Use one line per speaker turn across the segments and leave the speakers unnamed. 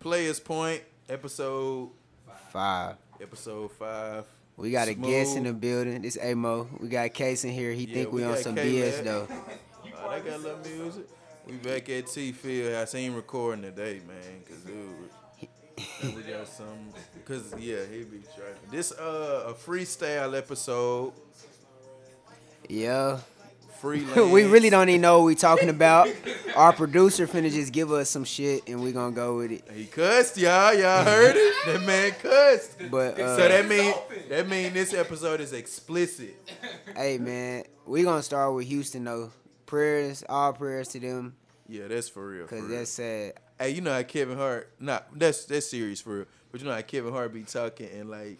Point, episode
Five.
episode five.
We got a guest in the
Smooth.
building. It's Amo. We got Case in here. He
Yeah,
think we,
we
on
got
some
K,
BS
man.
though.
Oh, they got a little music. We back at T Field. I seen recording today, man, cause dude, we got some. Cause yeah, he be trapping. This uh a freestyle episode.
Yeah.
Freelance.
we really don't even know what we talking about. Our producer finna just give us some shit and we gonna go with it.
He cussed, y'all. Y'all heard it. That man cussed.
But uh,
so that mean that mean this episode is explicit.
hey man, we gonna start with Houston though. Prayers, all prayers to them,
Yeah, that's for real. for
cause
real.
that's sad.
Hey, you know how Kevin Hart? Nah, that's that's serious for real. But you know how Kevin Hart be talking and like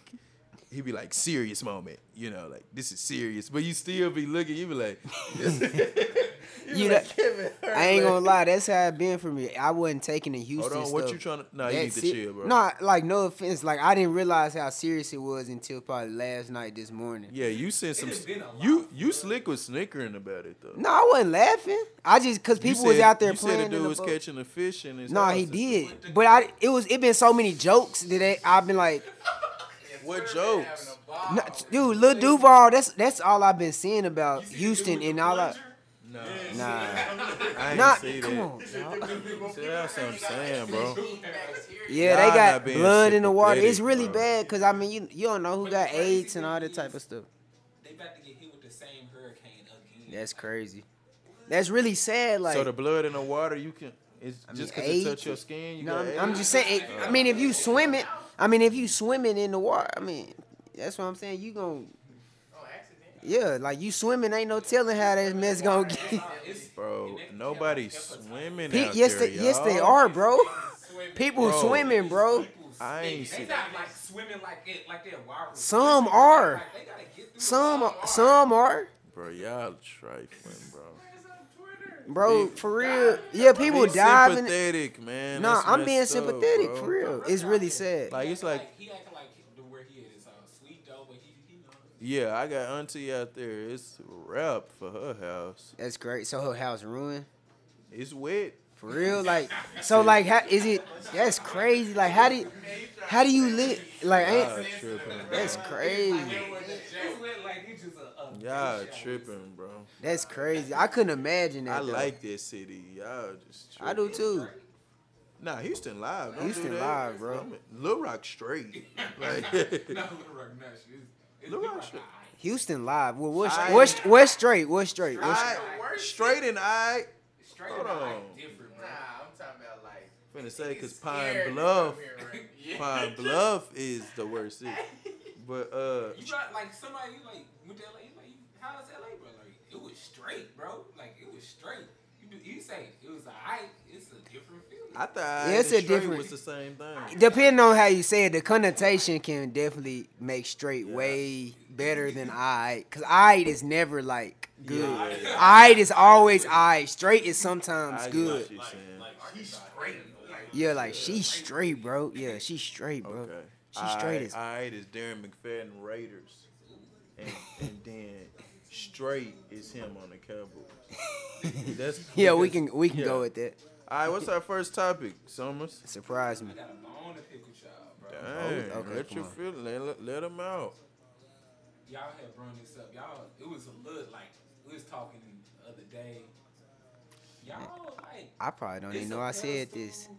he be like serious moment. You know, like this is serious. But you still be looking. You be like, you,
You
be
know-
like Kevin Hart.
I ain't
like,
gonna lie, that's how it been for me. I wasn't taking the Houston
Hold on,
stuff.
what you trying to? Nah, you need
That's
to
it.
chill, bro.
No, like no offense, like I didn't realize how serious it was until probably last night, this morning.
Yeah, you sent some.
has been a lot,
You you slick was snickering about it though.
No, I wasn't laughing. I just cause
You
people was
said-
out there
you said
playing.
the
in
dude
the
was
boat.
catching a fish in his.
no,
house
he
and-
did, but I it was it been so many jokes that they, I've been like,
What jokes?
no, dude, Lil Duval. That's that's all I've been seeing about Houston and all. I,
No,
nah,
I ain't
nah,
see
come
that.
on. dawg.
See, that's what I'm saying, bro.
Yeah,
Y'all
they
not
got
being
blood in the water. It's
sympathetic,
really
bro.
bad because I mean you you don't know who got AIDS and all that type of stuff.
They about to get hit with the same hurricane again.
That's crazy. That's really sad. Like
so the blood in the water, you can. It's
I
just because
mean,
it
AIDS-
touch your skin. You
No,
got
I'm, I'm
AIDS?
just saying. I mean, if you swim it, I mean, if you swimming in the water, I mean, that's what I'm saying. You gonna,
Oh,
yeah, like you swimming, ain't no telling how that mess gonna get.
It's,
Bro,
and they-
nobody's swimming
Pe-
out
yes,
there,
they, yes, they
y'all.
are, bro. People
Bro.
swimming, bro.
I ain't
They
see-
not like swimming like it, like they're wild.
Some are.
Like, they gotta get through
Some,
the
are- some are,
Bro, y'all trifling, bro.
It's on Twitter.
bro. For real, yeah. People
Be
diving.
sympathetic, man.
Nah,
That's
I'm being
messed up,
sympathetic
bro.
for real. It's really sad.
Like
He
it's
acting
like,
he acting like he- the where he is uh, sweet though, but he he knows.
yeah, I got auntie out there. It's wrap for her house.
That's great. So her house ruined.
It's wet.
For real, like, so, like, how is it? That's crazy. Like, how do, you, how do you live? Like,
Y'all
ain't,
tripping, bro.
that's crazy.
It's lit like he just a, a
Y'all tripping, bro.
That's crazy. I couldn't imagine that.
I
though.
like this city. Y'all just. Tripping.
I do too.
Nah, Houston live. Don't
Houston
do that.
live, bro.
I'm- Lil Rock straight. Like,
No, Little Rock, no, she's. it's
Lil
Lil
Rock
Rock,
straight.
I-
Houston live. Well, what's,
I-
what's, what's straight? What's straight? What's,
I, straight and I
Straight
Hold
up, like,
on.
different, bro.
Nah, I'm talking about like.
finna say
scared
because
to
Pine
come
Bluff,
here, right?
Pine Bluff is the worst city. But uh,
You got like somebody you like went to LA. You like, you- how is LA, bro? Like it was straight, bro. Like it was straight. You do, you say it was alright. It's a different feeling.
I thought I
Yeah, it's a
and straight
different-
was the same thing.
depending on how you say it, the connotation can definitely make straight way better than I. Cause I is never like good.
Yeah.
I is always I. Straight is sometimes
I get what
good.
you're saying.
He's straight. Like,
Yeah, like she's straight, bro. Yeah, she's straight, bro.
Okay.
She's straight as-
All right, is Darren McFadden Raiders, and, and then straight is him on the Cowboys. That's
Yeah, we
because-
can we can
yeah.
go with that.
All right, what's our first topic, Summers?
Surprise me.
I got a bone to pick with y'all, bro.
Dang,
Oh, okay,
let
come
your
on.
feel, let, let him out.
Y'all had brought this up. Y'all, it was a look like we was talking the other day. Y'all like.
I probably don't
it's
even know
a
I said
pedestal.
this. Mm.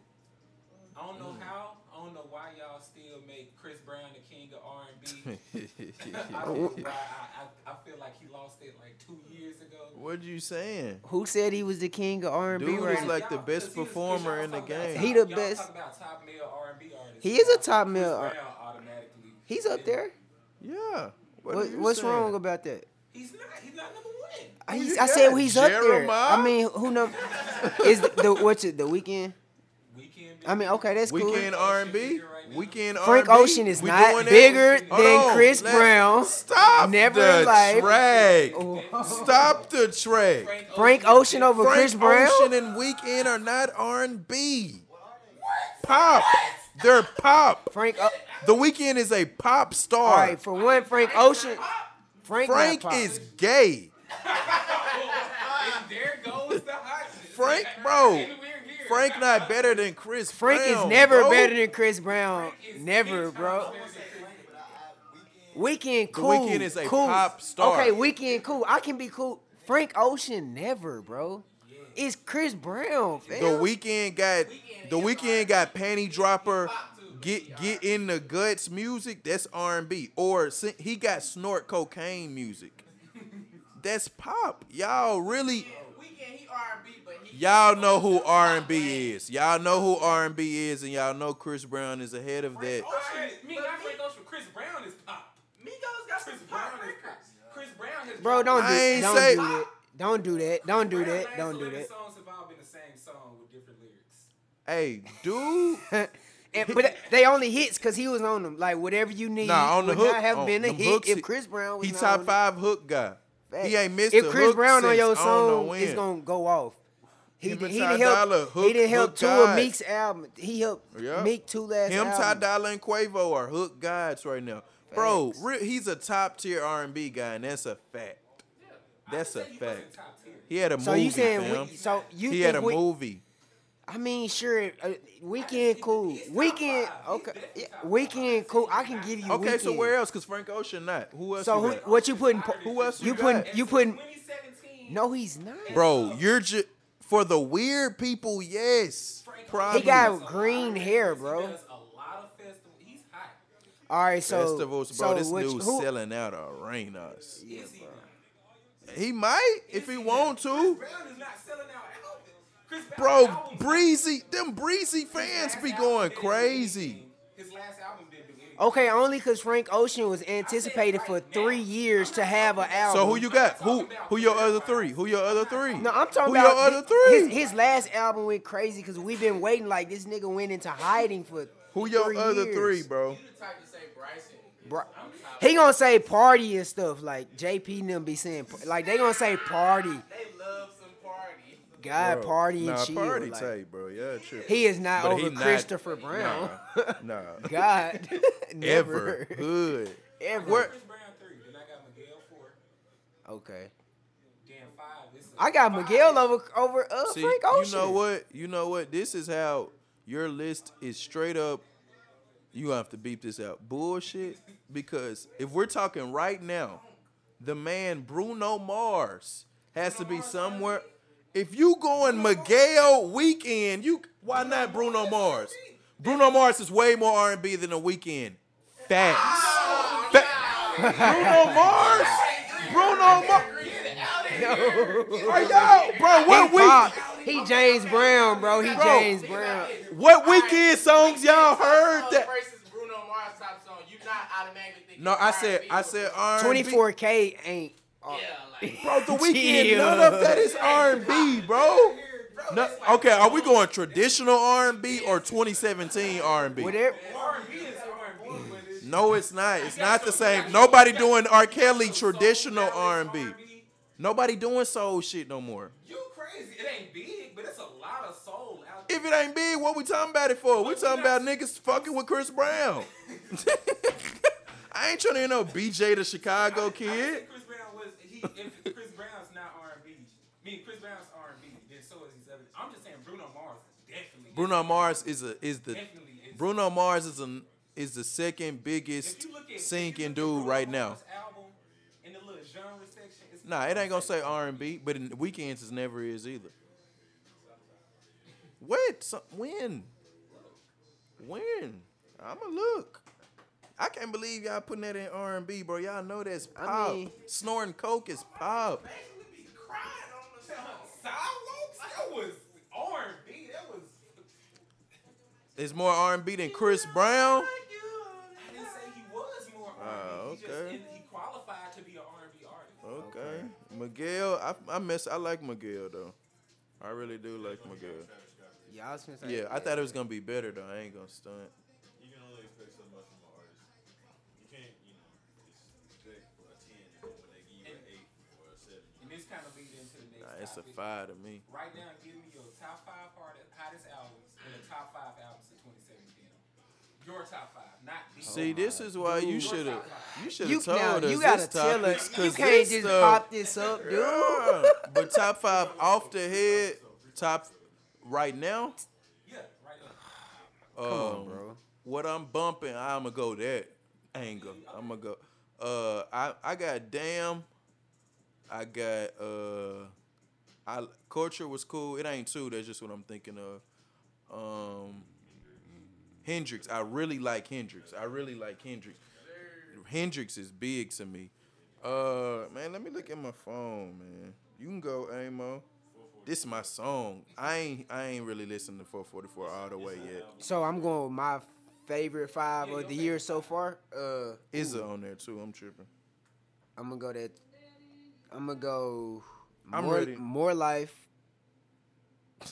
I don't know how. I don't know why y'all still make Chris Brown the king of R and B. I don't
Oh,
know why. I, I, I feel like he lost it like two years ago.
what you saying?
Who said he was the king of R and B
Dude
right
is
now?
like the
Y'all-
best
'cause he was- 'cause
performer
y'all
in the
talking about
game.
top-
He the
y'all
best.
talking about top male R&B artist.
He is a
Y'all-
top
Chris
male ar-
Brown automatically.
He's up there.
Yeah. What are
What,
you
what's
saying?
wrong about that?
He's not. He's not number one.
I,
you
I said
got?
he's up there.
Jeremiah?
I mean, who know? Is the, the what's it? The weekend?
Weekend.
I mean, okay, that's
Weekend
cool.
R and B. Weekend R
Frank Ocean is not bigger
Hold
than Chris Brown.
Stop
Never
the
in life.
track.
Oh.
Stop the track.
Frank,
Frank Ocean over
Frank
Chris Brown.
Ocean and Weekend are not R and B. Pop. They're pop.
Frank. O-
The Weekend is a pop
All
star.
right, for one, Frank Ocean. Frank, not
Frank
pop.
is gay.
There goes the hot.
Frank, bro.
We're here. Oh,
Frank not better than Chris.
Frank
Brown,
is never
bro.
better than Chris Brown.
Frank is
Never,
big
bro.
time better than Chris.
Weekend cool.
Weeknd is a
cool.
pop star.
Okay, weekend cool. I can be cool. Frank Ocean never, bro. It's Chris Brown.
The
Fam.
weekend got the weekend got panty dropper. Get get in the guts music. That's R and B. Or si- he got snort cocaine music. That's pop. Y'all really
Weekend, he R&B, but he
y'all know who R and B is. Y'all know who R and B is, and y'all know Chris Brown is ahead of that.
Alright, Me, I Frank Ocean. Chris Brown is pop.
Migos got
Chris
some
Brown
pop
is
records.
pop. Chris Brown has.
Bro, don't do,
I ain't
don't
say-
do that. Don't do that. Don't do
Brown
that.
last
Don't do
11
that.
Songs have all been the same song with different lyrics.
Hey, dude.
And- but they only hits because he was on them. Like whatever you need
Nah, on the
would
hook.
not have
on
been a
them
hit
hooks,
if
he-
Chris Brown was
He
not
top
on
five hook guy.
it.
He ain't missed
If
a
Chris
hook
Brown on
since
your
I don't know
song,
when.
it's gonna go off. He,
Him
did-
and
he
Ty
didn't
Dolla,
help.
hook-
he didn't help
hook
two of
guys.
Meek's album. He helped
Yeah.
Meek two last
Him,
album.
Ty Dolla, and Quavo are hook guys right now, bro.
Facts.
Re- he's a top tier R and B guy, and that's a fact. That's a
He wasn't
fact.
top tier.
He had a
So
movie,
you saying
fam.
we, so you
he
think
had a
we,
movie.
I mean, sure. Uh, weekend cool.
top
Weekend
five. He's
okay.
definitely
Yeah,
top five.
weekend cool. I can give you.
Okay,
weekend.
so where else? Cause Frank Ocean not. Who else?
So
you
who,
got?
what you putting? Po-
Who else
You
you
putting?
got?
You putting?
2017.
No, he's not.
bro, you're just for the weird people. Yes, probably.
He got
Does a
green
lot of
hair,
festivals.
bro.
He does a lot of festivals. He's hot.
All right, so
festivals, bro.
so
this
which,
dude's
who,
selling out arenas.
Yeah,
Is he
bro.
not?
He might if he want to.
Chris Brown is not selling out albums. Chris Brown's
Bro,
albums-
breezy, them breezy
his
fans
last
be
album
going
didn't do
crazy.
anything. His last album didn't do
Uh,
anything.
Okay, only because Frank Ocean was anticipated for three years to have an album.
So who you got? Who who your other three? Who your other three?
No, I'm talking
who
about
your other
thi-
three.
His, his last album went crazy because we've been waiting. Like this nigga went into hiding for
who your
three
other
years.
three, bro?
You the type to say Bryson.
Bro,
I'm the type-
he gonna say party and stuff like JP and them be saying par- like they gonna say party,
They love some party.
God
Bro,
party and
nah,
chill.
party
like,
type, bro. Yeah, true.
He is not
But he
over
not-
Christopher Brown.
Nah, nah.
God,
ever
never,
good.
ever.
Where-
Chris Brown three. Then I got Miguel four.
Okay,
Damn five. This is
I got
five.
Miguel over over uh,
See,
Frank
you
Ocean.
know what? You know what? This is how your list is straight up. You gonna have to beep this out. Bullshit. Because if we're talking right now, the man Bruno Mars has to be somewhere. If you going Miguel Weekend, you why not Bruno Mars? Bruno Mars is way more R and B than a Weekend. Facts. Fa- Bruno Mars. Bruno Mars. Are y'all, bro? What
He,
week?
pop. he James Brown, bro. He
Bro.
James Brown.
What weekend songs y'all heard that?
Versus Bruno Mars top song. You not automatically thinking
No, I said
R&B
I
with
said
Bruno.
R.
Twenty four K ain't. uh,
Yeah, like
Bro, the weekend.
Chill.
None of that is R and B, bro. No, okay, are we going traditional R and B or 2017 R and B?
Whatever.
R&B is R&B, but it's
No, it's not. It's not the same. Nobody doing R. Kelly traditional R and B. Nobody doing soul shit no more.
You crazy? It ain't big, but it's a lot of soul out there.
If it ain't big, what we talking about it for? We talking about niggas fucking with Chris Brown. I ain't trying to hear no BJ the Chicago
I
kid.
think Chris Brown was he. If Chris Brown's not R and B, I mean Chris Brown's R and B, then so is these other. I'm just saying Bruno Mars is definitely.
Bruno Mars is a is the
Definitely is.
Bruno Mars is a is the second
If
biggest
you look at if you look
singing
at
dude
Bruno
right now.
Mars Album in the little genre section. It's
Nah, it ain't gonna say R and B, but in weekends is never is either. What? So, when? When? I'ma look. I can't believe y'all putting that in R and B, bro. Y'all know that's
I
pop.
mean-
Snorting coke is pop.
be crying on the song.
Sidewalks. That was R and B. That was.
It's more R and B than Chris Brown.
I didn't say he was more R&B.
Ah,
He just
okay.
in- he qualified to be an R&B artist.
Okay. Miguel, I, I miss. I like Miguel though. I really do like Miguel.
Yeah, I was gonna say-
Yeah, I thought it was gonna be better though. I ain't gonna stunt.
You can only expect so much from an artist. You can't, you know, expect for a 10 when they give you an 8 or a 7.
And this kind of leads into the next.
Nah, it's a
topic.
five to me.
Right now, give me your top five hardest, hottest albums and the top five albums of 2017. Your top five, not the
See, this is why you should have you should
You,
have told
now,
us
you gotta
this
tell
topic,
us.
'cause
You can't
this
just
stuff-
pop this up, dude.
Yeah. but top five off the head, top right now,
Yeah, right now.
um,
Come on, bro.
what I'm bumping, I'ma go that angle. I'ma go. Uh, I I got damn. I got uh, I culture was cool. It ain't two. That's just what I'm thinking of. Um, Hendrix. I really like Hendrix. I really like Hendrix. Hendrix is big to me. Uh, man, let me look at my phone, man. You can go, Amo. This is my song. I ain't I ain't really listened to 444 all the way yet.
So I'm going with my favorite five of the year so far. Uh,
Izza on there too. I'm tripping.
I'm gonna go that. I'm gonna go.
I'm
more,
ready.
More life.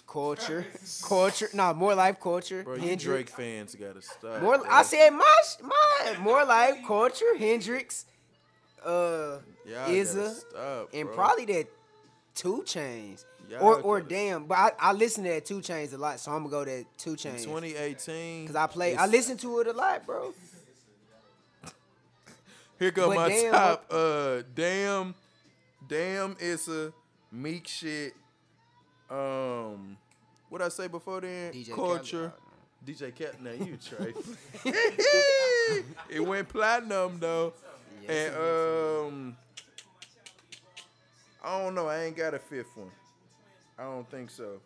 Culture, culture. Nah, more life, culture.
Bro, you
Hendrix.
Drake fans gotta stop.
More.
bro.
I said my sh- my more life, culture. Hendrix. Uh,
Y'all gotta
Izza,
stop,
and
bro.
probably that Two Chains.
Y'all
or or
gotta-
damn, but I, I listen to that Two Chains a lot, so I'm gonna go that Two
In
Chains.
2018.
Cause I play, I
it's-
listen to it a lot, bro.
Here go
but
my
damn,
top. Uh, damn, damn, Issa, Meek shit. Um, what I say before then?
DJ Khaled.
Culture. DJ Cat. Now you try. it went platinum though.
Yes,
and um, I don't know. I ain't got a fifth one. I don't think so.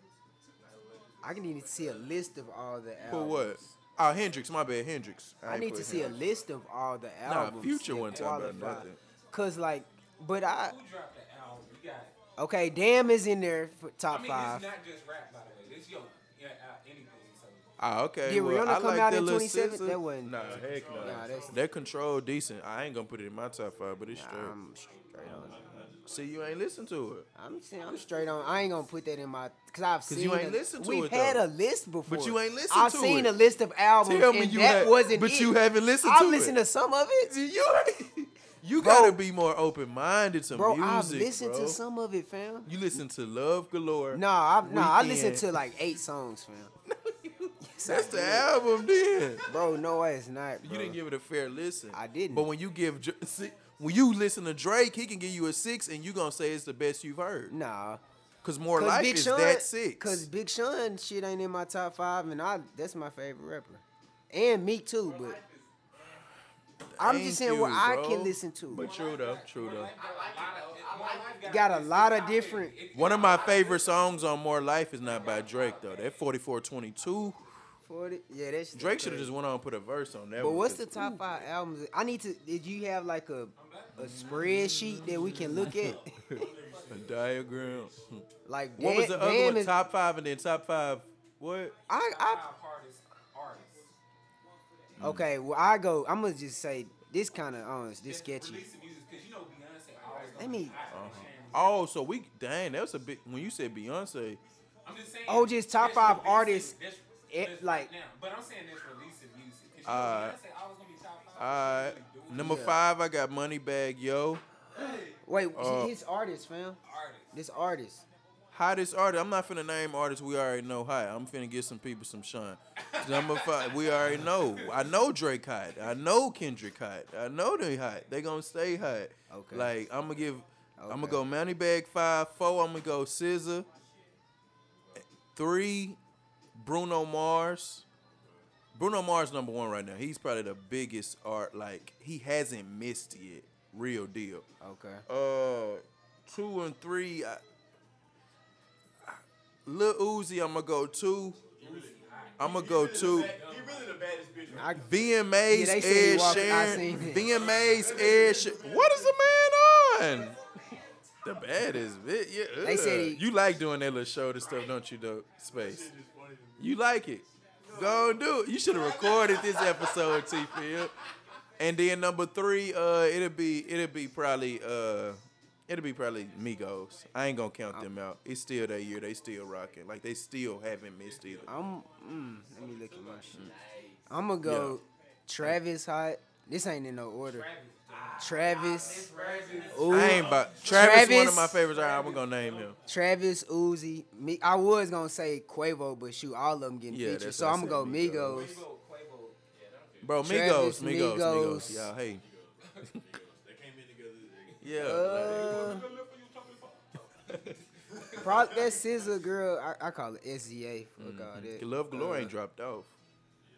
I can even see a list of all the albums.
For what? Oh, Hendrix. My bad, Hendrix.
I
ain't
need
put
to see a
Hendrix.
list of all the albums.
Future
that
wasn't talking about
qualify.
nothing.
Cause like, but I
Who dropped the album? You got.
okay, damn is in there for
I
top
mean,
five.
it's not just rap, by the way. It's your yeah, uh, anything. So
Ah, okay.
Did
well,
Rihanna
I
come
like
out
that
in
Lil
27?
Sister.
That wasn't-
Nah, heck no.
Nah, that's-
that control decent. I ain't gonna put it in my top five, but it's straight.
I'm straight on.
See, you ain't listen to it,
I'm saying I'm straight on. I ain't gonna put that in my because I've seen.
you ain't
a-
listened to
We've
it,
had
though.
a list before.
you ain't listened
I've
to
seen
it.
a list of albums.
Tell me
Oh, and
you
that
ha-
wasn't.
but
it.
you haven't listened
I
to it.
listened to some of it,
you ain't- you
Bro.
gotta be more open minded to
bro. I've
music,
listened
bro.
to some of it, fam.
You listen to Love Galore.
No, I no, I listened
Weeknd.
to like eight songs, fam.
that's the album. Then
Bro, no, it's not. Bro.
you didn't give it a fair listen.
I didn't.
But when you give Dr- see, when you listen to Drake, he can give you a six, and you gonna say it's the best you've heard.
Nah,
Cause more life is that six.
Cause Big Sean shit ain't in my top five, and I that's my favorite rapper, and Meek too. But I'm
Thank
just saying what
you,
I
bro.
can listen to.
But true though, true though.
got a lot of different.
One of my favorite songs on More Life is not by Drake though. That 4422.
40, yeah, that's
Drake should have just went on and put a verse on that.
But
one,
what's the
'cause-
top five albums? I need to. Did you have like a a spreadsheet that we can look at?
a diagram?
like
What was
Dan-
the other
Dan
one?
is-
Top five and then top five. What?
I, I
five hardest artists.
okay. Well, I go. I'm gonna just say this kind of honest, this
Just
sketchy.
Releasing music because you know Beyonce always.
Let
gonna
me- Uh-huh.
be hot and shiny.
Oh, so we dang. That was a bit when you said Beyonce.
I'm just saying.
Oh, just top
that's
five
releasing-
artists,
that's-
it-
that's
like- Uh,
now. But I'm saying that's releasing music. 'cause you know
Alright.
Beyonce always gonna be top five.
All right,
She's really doing
number
Yeah.
five. I got Moneybag Yo.
Wait,
Uh,
his artist, fam.
artists.
This artist.
Hottest artist. I'm not finna name artists we already know hot. I'm finna get some people some shine. Number five. We already know. I know Drake hot. I know Kendrick hot. I know they hot. They gonna stay hot.
Okay.
Like I'm gonna give. I'm gonna
Okay.
go Moneybag five four. I'm gonna go Scissor. Three, Bruno Mars. Bruno Mars number one right now. He's probably the biggest art. Like he hasn't missed yet. Real deal.
Okay.
Uh, two and three. I, Lil Uzi, I'm gonna go two. I'm gonna go two.
You really the baddest bitch.
I,
VMAs,
Yeah, they said he
Ed
walking- I
Sheeran.
seen it.
VMAs, Ed Sheeran. What is the man on? The baddest bitch. Yeah.
They said
ugh.
he-
you like doing that little shoulder stuff, don't you, though? Space. You like it. Go do it. You should have recorded this episode, T Field. And then number three, uh, it'll be it'll be probably uh it'll be probably Migos. I ain't gonna count them out. It's still that year, they still rocking. Like they still haven't missed either.
I'm. Mm, let me look at my shit. I'm gonna go Travis Hot. This ain't in no order. Travis. Ooh,
I ain't about Travis, one
Travis.
of my favorites. I'm gonna name him.
Travis Uzi. Me, I was gonna say Quavo, but shoot, all of them getting
Yeah,
featured.
that's
So
what I
I'm gonna go
said,
Migos.
Quavo, Quavo.
Bro,
Travis,
Migos, Migos, Migos,
Migos.
Y'all, hey.
They came in together. They,
Yeah.
Uh, Probably that scissor girl. I, I call it SZA. Fuck
Mm-hmm.
all that.
Love Glory ain't dropped off.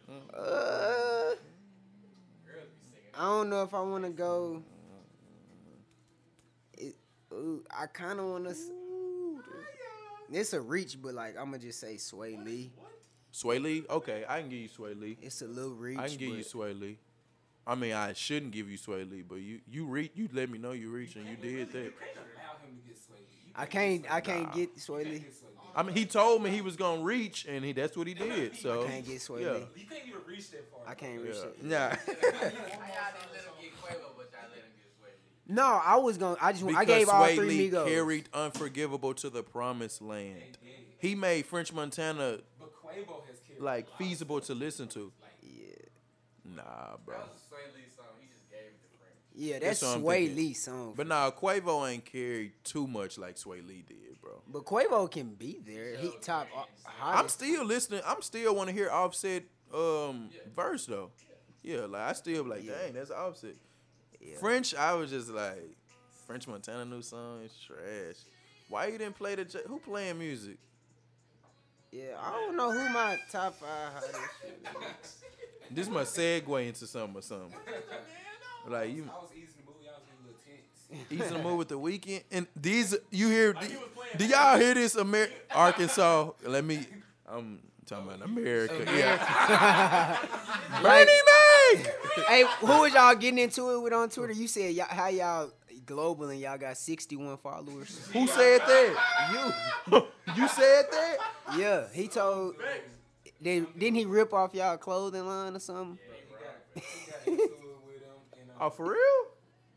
Uh,
Girls be singing.
I don't know if I want to go. It, ooh, I kind of want to. It's a reach, but like I'm gonna just say Sway Lee.
Sway Lee? Okay, I can give you Sway Lee.
It's a little reach.
I can give
but
you Sway Lee. I mean, I shouldn't give you Sway Lee, but you you re- you let me know you reached and you did that.
You can't allow him to get swayed. You
I can't. I can't
Nah.
get Sway
can't
Lee.
get swayed.
I mean, he told me he was gonna reach, and he that's what he did. So
can't get Sway
yeah,
Lee.
You can't even reach that far.
I can't
yeah.
reach it.
Nah.
Why y'all didn't let him get Quavo, but y'all let him get Sway?
No, I was gonna. I just. I
Because
gave all
Sway
three
Lee
Migos.
carried Unforgivable to the promised land.
They did.
He made French Montana
But Quavo has carried.
like feasible to listen to.
yeah,
Nah, bro.
That was a Sway Lee song. He just gave it to Prince.
yeah,
That's
that's
what I'm
Sway
thinking.
Lee song.
But
But,
nah, Quavo ain't carried too much like Sway Lee did, bro.
Quavo can be there. He top uh,
I'm
hottest.
still listening. I'm still want to hear Offset um verse though. Yeah, like I still be like,
Yeah.
dang, that's Offset.
Yeah.
French, I was just like, French Montana new song is trash. Why you didn't play the? J- Who playing music?
yeah, I don't know who my top five hottest. should be.
This must segue into something or something. Like you,
I was easing the movie. I was getting a little tense.
Easy to move with the weekend, and these you hear? do y'all hear this? Amer- Arkansas. Let me. I'm talking about America. Yeah.
Like,
Bernie Mac.
hey, who was y'all getting into it with on Twitter? You said y'all, how y'all global and y'all got 61 followers.
Who said that? You. you said that?
Yeah, he told. Then didn't he rip off y'all clothing line or something?
he got, he got into it with him. And, um,
Oh, for real?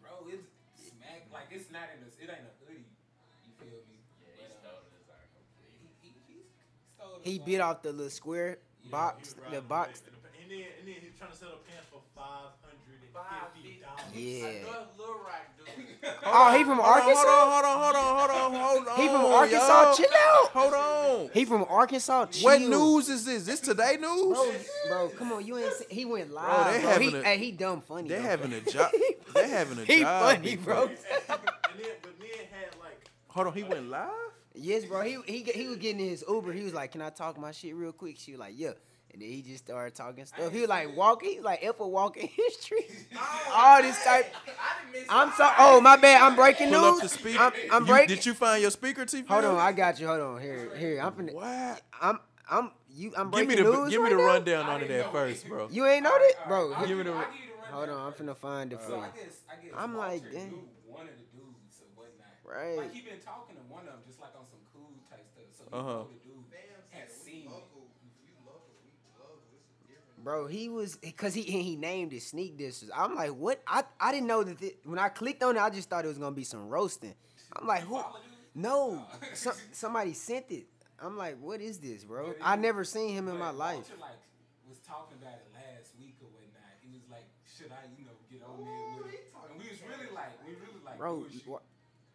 Bro, it's smack like it's not in this. It ain't a hoodie. You feel me? Yeah, he stole this. He, he, he stole the
He
song.
bit off the little square box, the box.
And then, and then he trying to sell a pants for five hundred and fifty dollars.
Yeah.
Another Lil Rock dude.
Oh, he from Arkansas.
Hold on, hold on, hold on, hold on, hold on.
He from
y'all.
Arkansas. Chill out.
Hold on.
He from Arkansas. Chill.
What news is this? This today news?
Bro, bro, come on. You ain't. See, he went live.
they
Bro,
having
He,
a-
hey, he dumb funny.
They're
though.
having a job. They're having a
He
job.
funny,
big
bro.
and then, but then had like
Hold on, he went live.
Yes, bro. He he he was getting in his Uber. He was like, "Can I talk my shit real quick?" She was like, "Yeah." And then he just started talking stuff. He was like walking. He was like F a walk in history. All this type.
I didn't miss
I'm sorry. Oh my bad. I'm breaking
Pull up the
news.
speaker.
I'm, I'm
You-
breaking.
Did you find your speaker, T?
Hold on. I got you. Hold on. Here here. I'm finna.
Wow.
I'm I'm you. I'm
Give
breaking
me the
news.
give me
right
the
now?
rundown
I
on it
didn't
at
know.
first, bro.
You ain't know that, bro.
I'll
Give me the-
you- I'll give you the
Hold
rundown.
on. I'm finna find the
So
food.
I guess I guess
I'm like,
Walter
dang.
knew one of the dudes or whatnot.
Right.
Like he been talking to one of them just like on some cool type stuff. So he
Uh-huh.
know the dude had seen it.
Bro, he was because he and he named it sneak dishes. I'm like, what? I I didn't know that thi- when I clicked on it, I just thought it was gonna be some roasting. I'm like, who?
Follow dude.
No, some, somebody sent it. I'm like, what is this, bro? I never seen him in my
But
life.
Walter, like was talking about it last week or whatnot. He was like, should I, you know, get on there with him? And we was really like, we really like,
Bro,
bullshit.
what?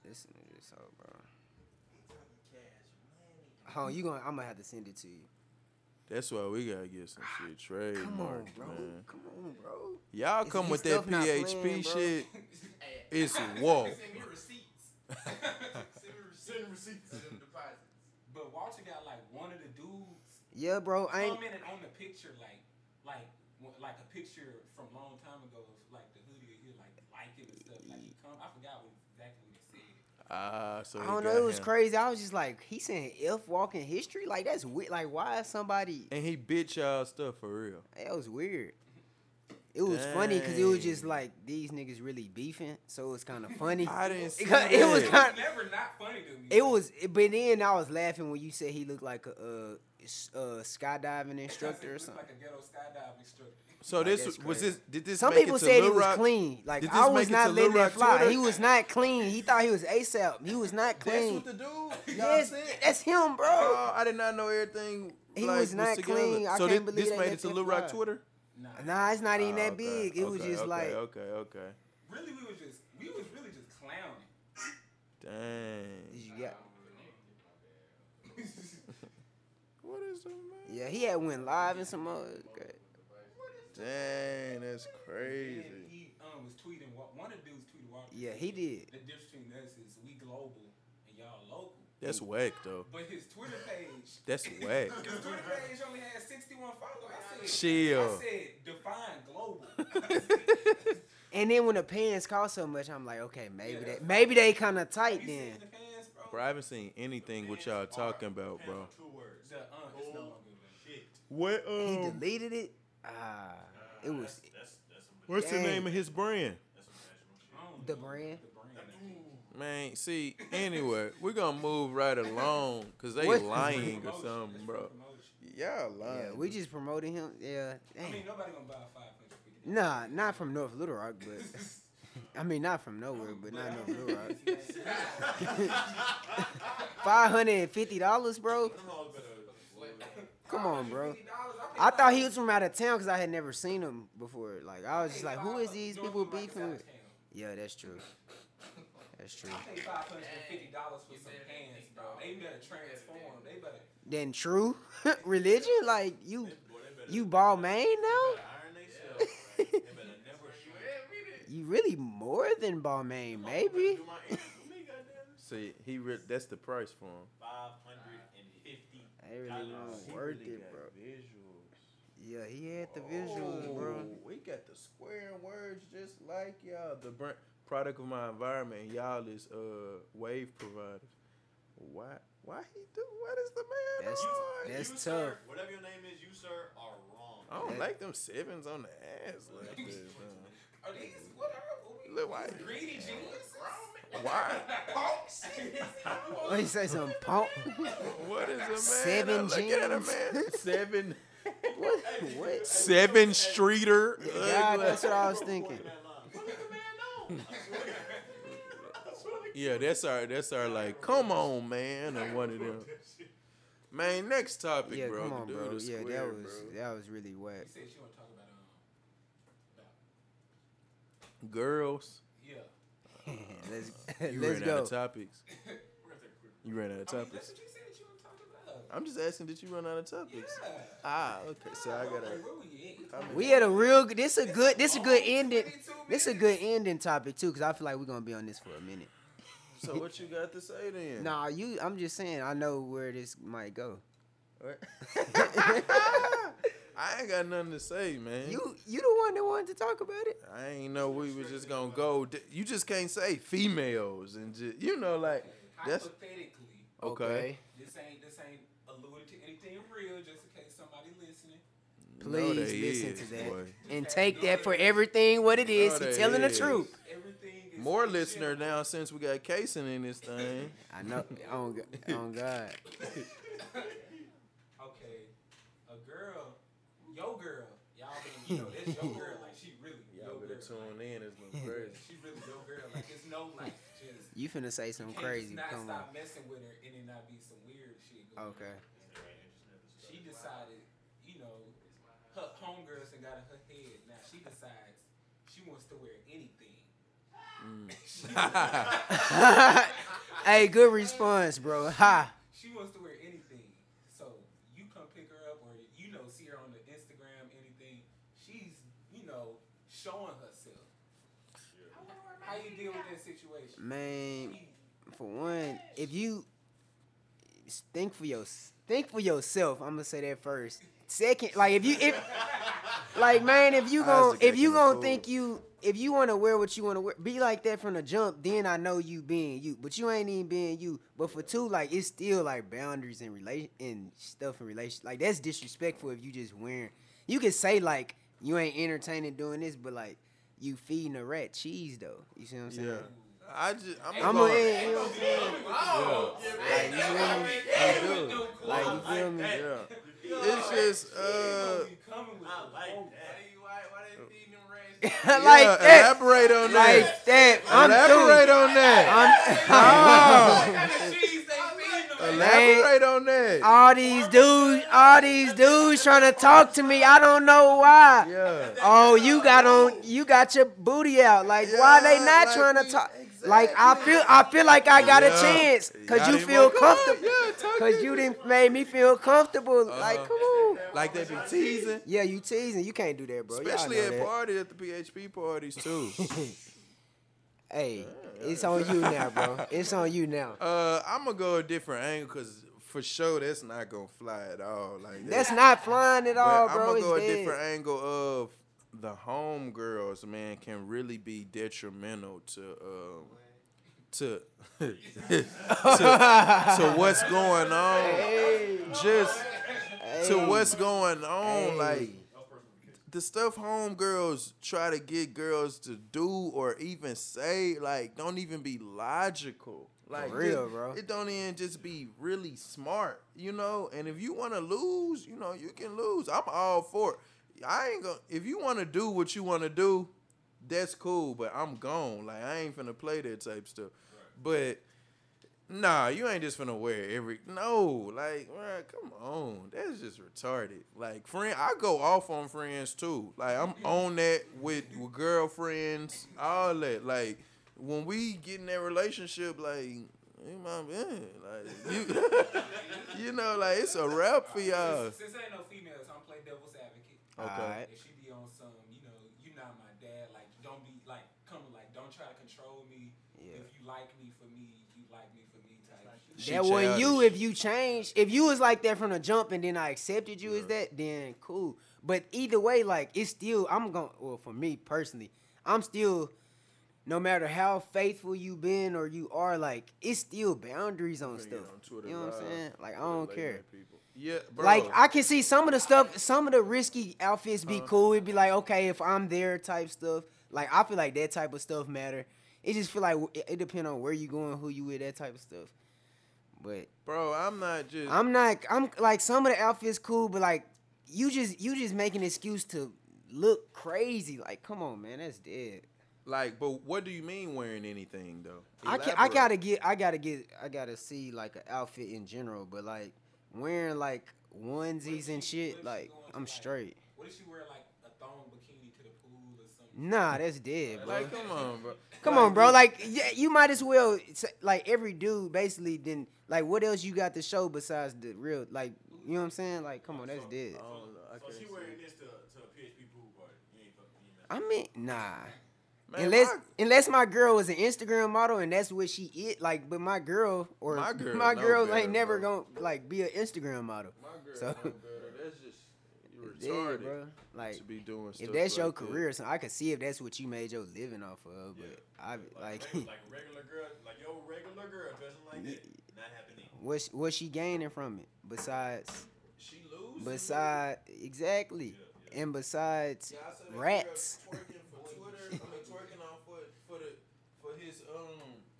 Listen to this, hoe, bro. Hold on, you gonna? I'm gonna have to send it to you.
That's why we gotta get some shit
Ah, Come on,
trademarked,
bro.
man.
Come on, bro.
Y'all
Is
come
this
with that
stuff not
PHP
playing, bro?
shit.
Hey,
It's whoa.
Send me receipts. Send me receipts. Send receipts. Send them deposits.
But Walter got like one of the dudes
Yeah, bro. I ain't.
commented on the picture, like, like, one- like a picture from a long time ago of like the hoodie. He like liked it and stuff. Like, he come, I forgot what exactly what he said.
Ah, so
I
he got
don't know. It was
him.
crazy. I was just like, he saying if walking history, like that's weird. Like, why is somebody?
And he bitch y'all stuff for real.
That was weird. It was funny because it was just
Dang.
like these niggas really beefing, so it was kind of funny.
I didn't see
It was
that.
was
It was
kind.
never not funny to me.
It was, but then I was laughing when you said he looked like a, uh s- uh skydiving instructor or something.
Like a ghetto skydiving instructor.
So
Like,
this
that's
was
crazy.
this did this
Some
make
people
it to
said he
Lil
was
Rock?
clean. Like
Did this
I
make
was
it to
not
Lil
letting that
Rock
fly.
Twitter?
He was not clean. He thought he was ASAP. He was not
That's
clean.
what the dude. Y'all
Yes,
said.
that's him, bro.
Oh, I did not know everything.
He
like,
was not
together.
clean. I
so
can't
thi-
believe
this
they
made
let
it to
that
Lil Rock
fly.
Twitter.
Nah.
Nah, it's not even
Ah,
that
okay,
big. It was
okay,
just
okay,
like
okay, okay.
Really, we was just we was really just clowning.
Dang.
you got.
What is the man?
Yeah, he had went live and some other. okay.
Dang, that's
And
crazy.
he um, was tweeting. Wa- One of the dudes tweeted Walter.
Yeah, he did.
The difference between us is we global and y'all local.
That's whack though.
But his Twitter page,
That's whack.
his Twitter page only had 61 followers. I said, I
Chill.
said, define global.
And then when the pants cost so much, I'm like, okay, maybe
Yeah,
they
that's
maybe they kind of tight then.
You seen the pants, bro?
Bro, I haven't seen anything what y'all talking about, bro.
Two words.
The, uh, it's no longer
Shit.
What
He
um,
deleted it. Ah, it was
That's that's some
what's the
Dang.
name of his brand?
that's some national shit.
available.
the brand.
The brand.
Man, see, anyway, we're gonna move right along because they
What?
lying or
Promotion.
something,
That's
bro.
promotion.
Y'all
Yeah, we just promoted him. Yeah,
I mean,
dang.
nobody gonna buy a 500 for you.
Nah, not from North Little Rock, but I mean, not from nowhere, but not North Little Rock. Five hundred and fifty dollars, bro.
Them hoes better-
Come on, bro.
$50,
I
paid
thought he was from out of town because I had never seen him before. Like I was just like, who
$500
is these
North
people
Little Rock is
beefing
out
with?
of town.
Yeah, that's true. That's true.
I paid five hundred and fifty dollars for some pants, bro. They better transform. They better.
Then true religion, like you,
boy, they better-
you ball man
they
now.
better iron they self, right? They better never shrink.
You really more than ball man, maybe.
Do my ears for me, goddamn.
See, he re- that's the price for him.
550.
Ain't really
He
wasn't worth it, bro.
Visuals.
Yeah, he had the visuals, bro.
Oh, We got the square words just like y'all. The brand, product of my environment. and Y'all is uh wave providers. Why? Why he do? What is the man
That's-
on?
that's-
You,
tough.
Sir, whatever your name is, you sir are wrong.
I don't
that-
like them sevens on the ass like this. man.
Are these what are we?
Look, why-
greedy geniuses?
Why?
Punks?
What you say, some punk?
What is a man?
Seven
Look at a
jeans.
man. Seven.
what? What?
Seven streeter.
Yeah, that's what I was thinking.
Point that line.
Yeah, that's our that's our like, come on, man, or one of them. Man, next topic,
Yeah,
bro.
come
The
on,
dude
bro.
is
Yeah,
square,
that was
bro.
that was really whack.
You said you want to talk about um. about-
girls.
Yeah.
let's
You
let's
ran out
go.
of topics. You ran out of
I mean, that's
topics.
what you said you want to talk about.
I'm just asking, did you run out of topics?
Yeah.
Ah, okay. So I gotta.
Like, where we at?
I mean,
We had a real. good- This a good. This a good
Oh,
ending.
22
This a
minutes.
good ending topic too, cause I feel like we're gonna be on this for a minute.
so what you got to say then?
Nah, you. I'm just saying. I know where this might go.
I ain't got nothing to say, man.
You. You the one that wanted to talk about it.
I ain't know we was just gonna go. d- You just can't say females and just you know like that's
Hypothetically,
okay.
this ain't this ain't alluded to anything real. Just in case somebody listening.
Please
they
listen
is,
to that
boy.
and take that for everything what it is.
No,
He's
they
telling
is.
the truth.
Everything is
More
fiction.
listener now since we got casing in this thing.
I know. On, G- on God.
okay, a girl, yo girl, y'all been, you know, that's your girl, like she really, yo girl, like,
in. It's been
she really yo girl, like it's no like just.
You finna say
You
some
can't
crazy.
just not
Come on.
stop messing with her and it not be some weird shit. Going
Okay.
On. She decided, you know, her homegirls and got in her head. Now she decides she wants to wear anything.
Mm.
she,
hey, good response, bro. Ha.
she wants to wear anything. So you come pick her up, or you know, see her on the Instagram, anything. She's, you know, showing herself. How you deal with that situation?
Mm.
Man, for one, if you think for your think for yourself, I'm gonna say that first. Second, like if you if like man, if you
Isaac
gon' if
acting
you
a
gon'
fool.
think you if you want to wear what you want to wear, be like that from the jump. Then I know you being you, but you ain't even being you. But for two, like it's still like boundaries and relation and stuff in relation. Like that's disrespectful if you just wearing. You can say like you ain't entertaining doing this, but like you feeding a rat cheese though. You see what I'm saying?
Yeah. I just I'm,
I'm
going.
gonna end. You know what I'm saying?
Like you feel me? I do.
Like you feel me?
Yeah. It's just uh.
You coming with
I
the
like
whole-
that.
like
yeah,
that.
Elaborate on that.
Like that. I'm
elaborate
through.
on that.
I'm-
Oh,
Hey.
elaborate on that.
all these dudes, all these dudes trying to talk to me. I don't know why.
yeah.
Oh, you got on, you got your booty out. Like why they
Yeah,
not
like
trying to
we-
talk? Like I feel, I feel like I got
Yeah.
a chance because
Y'all
you
didn't
feel
want- Come on,
comfortable.
yeah, talk
Cause
that shit.
you didn't made me feel comfortable. Like
Uh-huh.
come on.
Like they be teasing.
Yeah, you teasing. You can't do that, bro. Y'all
Especially
know
at
that.
parties, at the PHP parties too.
Hey, it's on you now, bro. It's on you now.
Uh, I'm gonna go a different angle because for sure that's not gonna fly at all. Like
That's not flying at all,
I'm
bro.
gonna
It's
go a
dead.
different angle of the homegirls, man, can really be detrimental to um, to to, to what's going on. Just to
Hey.
what's going on,
Hey.
like the stuff homegirls try to get girls to do or even say, like, don't even be logical. Like
For real,
it,
bro.
It don't even just be really smart, you know. And if you want to lose, you know, you can lose. I'm all for it. I ain't gonna. If you want to do what you want to do, that's cool. But I'm gone. Like I ain't finna play that type stuff. But Nah, you ain't just finna wear every no. Like, bruh, come on, that's just retarded. Like, friend, I go off on friends too. Like, I'm on that with, with girlfriends, all that. Like, when we get in that relationship, like, you my man, like you, you know, like it's a wrap for y'all.
Since, since ain't no females, I'm play devil's advocate.
Alright.
If she be on some, you know, you not my dad. Like, don't be like, come like, don't try to control me.
Yeah.
If you like me for me, you like me for me type. shit.
She
that wasn't you
childish.
if you changed. If you was like that from the jump and then I accepted you as that, then cool. But either way, like it's still I'm going well for me personally, I'm still no matter how faithful you been or you are, like it's still boundaries on
Bring it
stuff.
on Twitter
you know what I'm
Live.
saying? Like I don't
Like,
care.
man, people. Yeah, bro. Uh-huh.
Like I can see some of the stuff, some of the risky outfits be cool. It'd be like, okay, if I'm there, type stuff. Like I feel like that type of stuff matter. It just feel like it, it depend on where you going, who you with, that type of stuff. But
bro, I'm not just.
I'm not. I'm like some of the outfits cool, but like you just you just make an excuse to look crazy. Like come on, man, that's dead.
Like, but what do you mean wearing anything though?
I can, I
Elaborate.
gotta get I gotta get I gotta see like an outfit in general, but like wearing like onesies and shit, like I'm straight.
What if she wear like a thong bikini to the pool or something?
Nah, that's dead, bro.
Like, come on, bro.
Come on, bro. Like, yeah, you might as well, it's- like, every dude basically. Then, like, what else you got to show besides the real? Like, you know what I'm saying? Like, come on, that's dead.
I don't know. I
So
can't
she
see.
wearing this to, to a PHP pool party. You ain't fucking me, man.
I mean, nah.
Man,
unless
my-
unless my girl is an Instagram model and that's what she is. Like, but my girl or
My girl
my girl,
know better,
ain't never
bro.
gonna like be an Instagram model.
My girl,
So-
no, girl, that's just you
It's dead,
retarded.
bro. Like,
to be doing stuff
if that's
like
your
that.
career, so I can see if that's what you made your living off of. But I
Like,
like,
regu- like a regular girl, like your regular girl doesn't like that. Not happening.
what's what's she gaining from it besides?
She lose.
Besides, exactly. And besides,
Yeah, I saw that girl
rats.
twerking for Twitter. I mean, twerking on for for the for his um.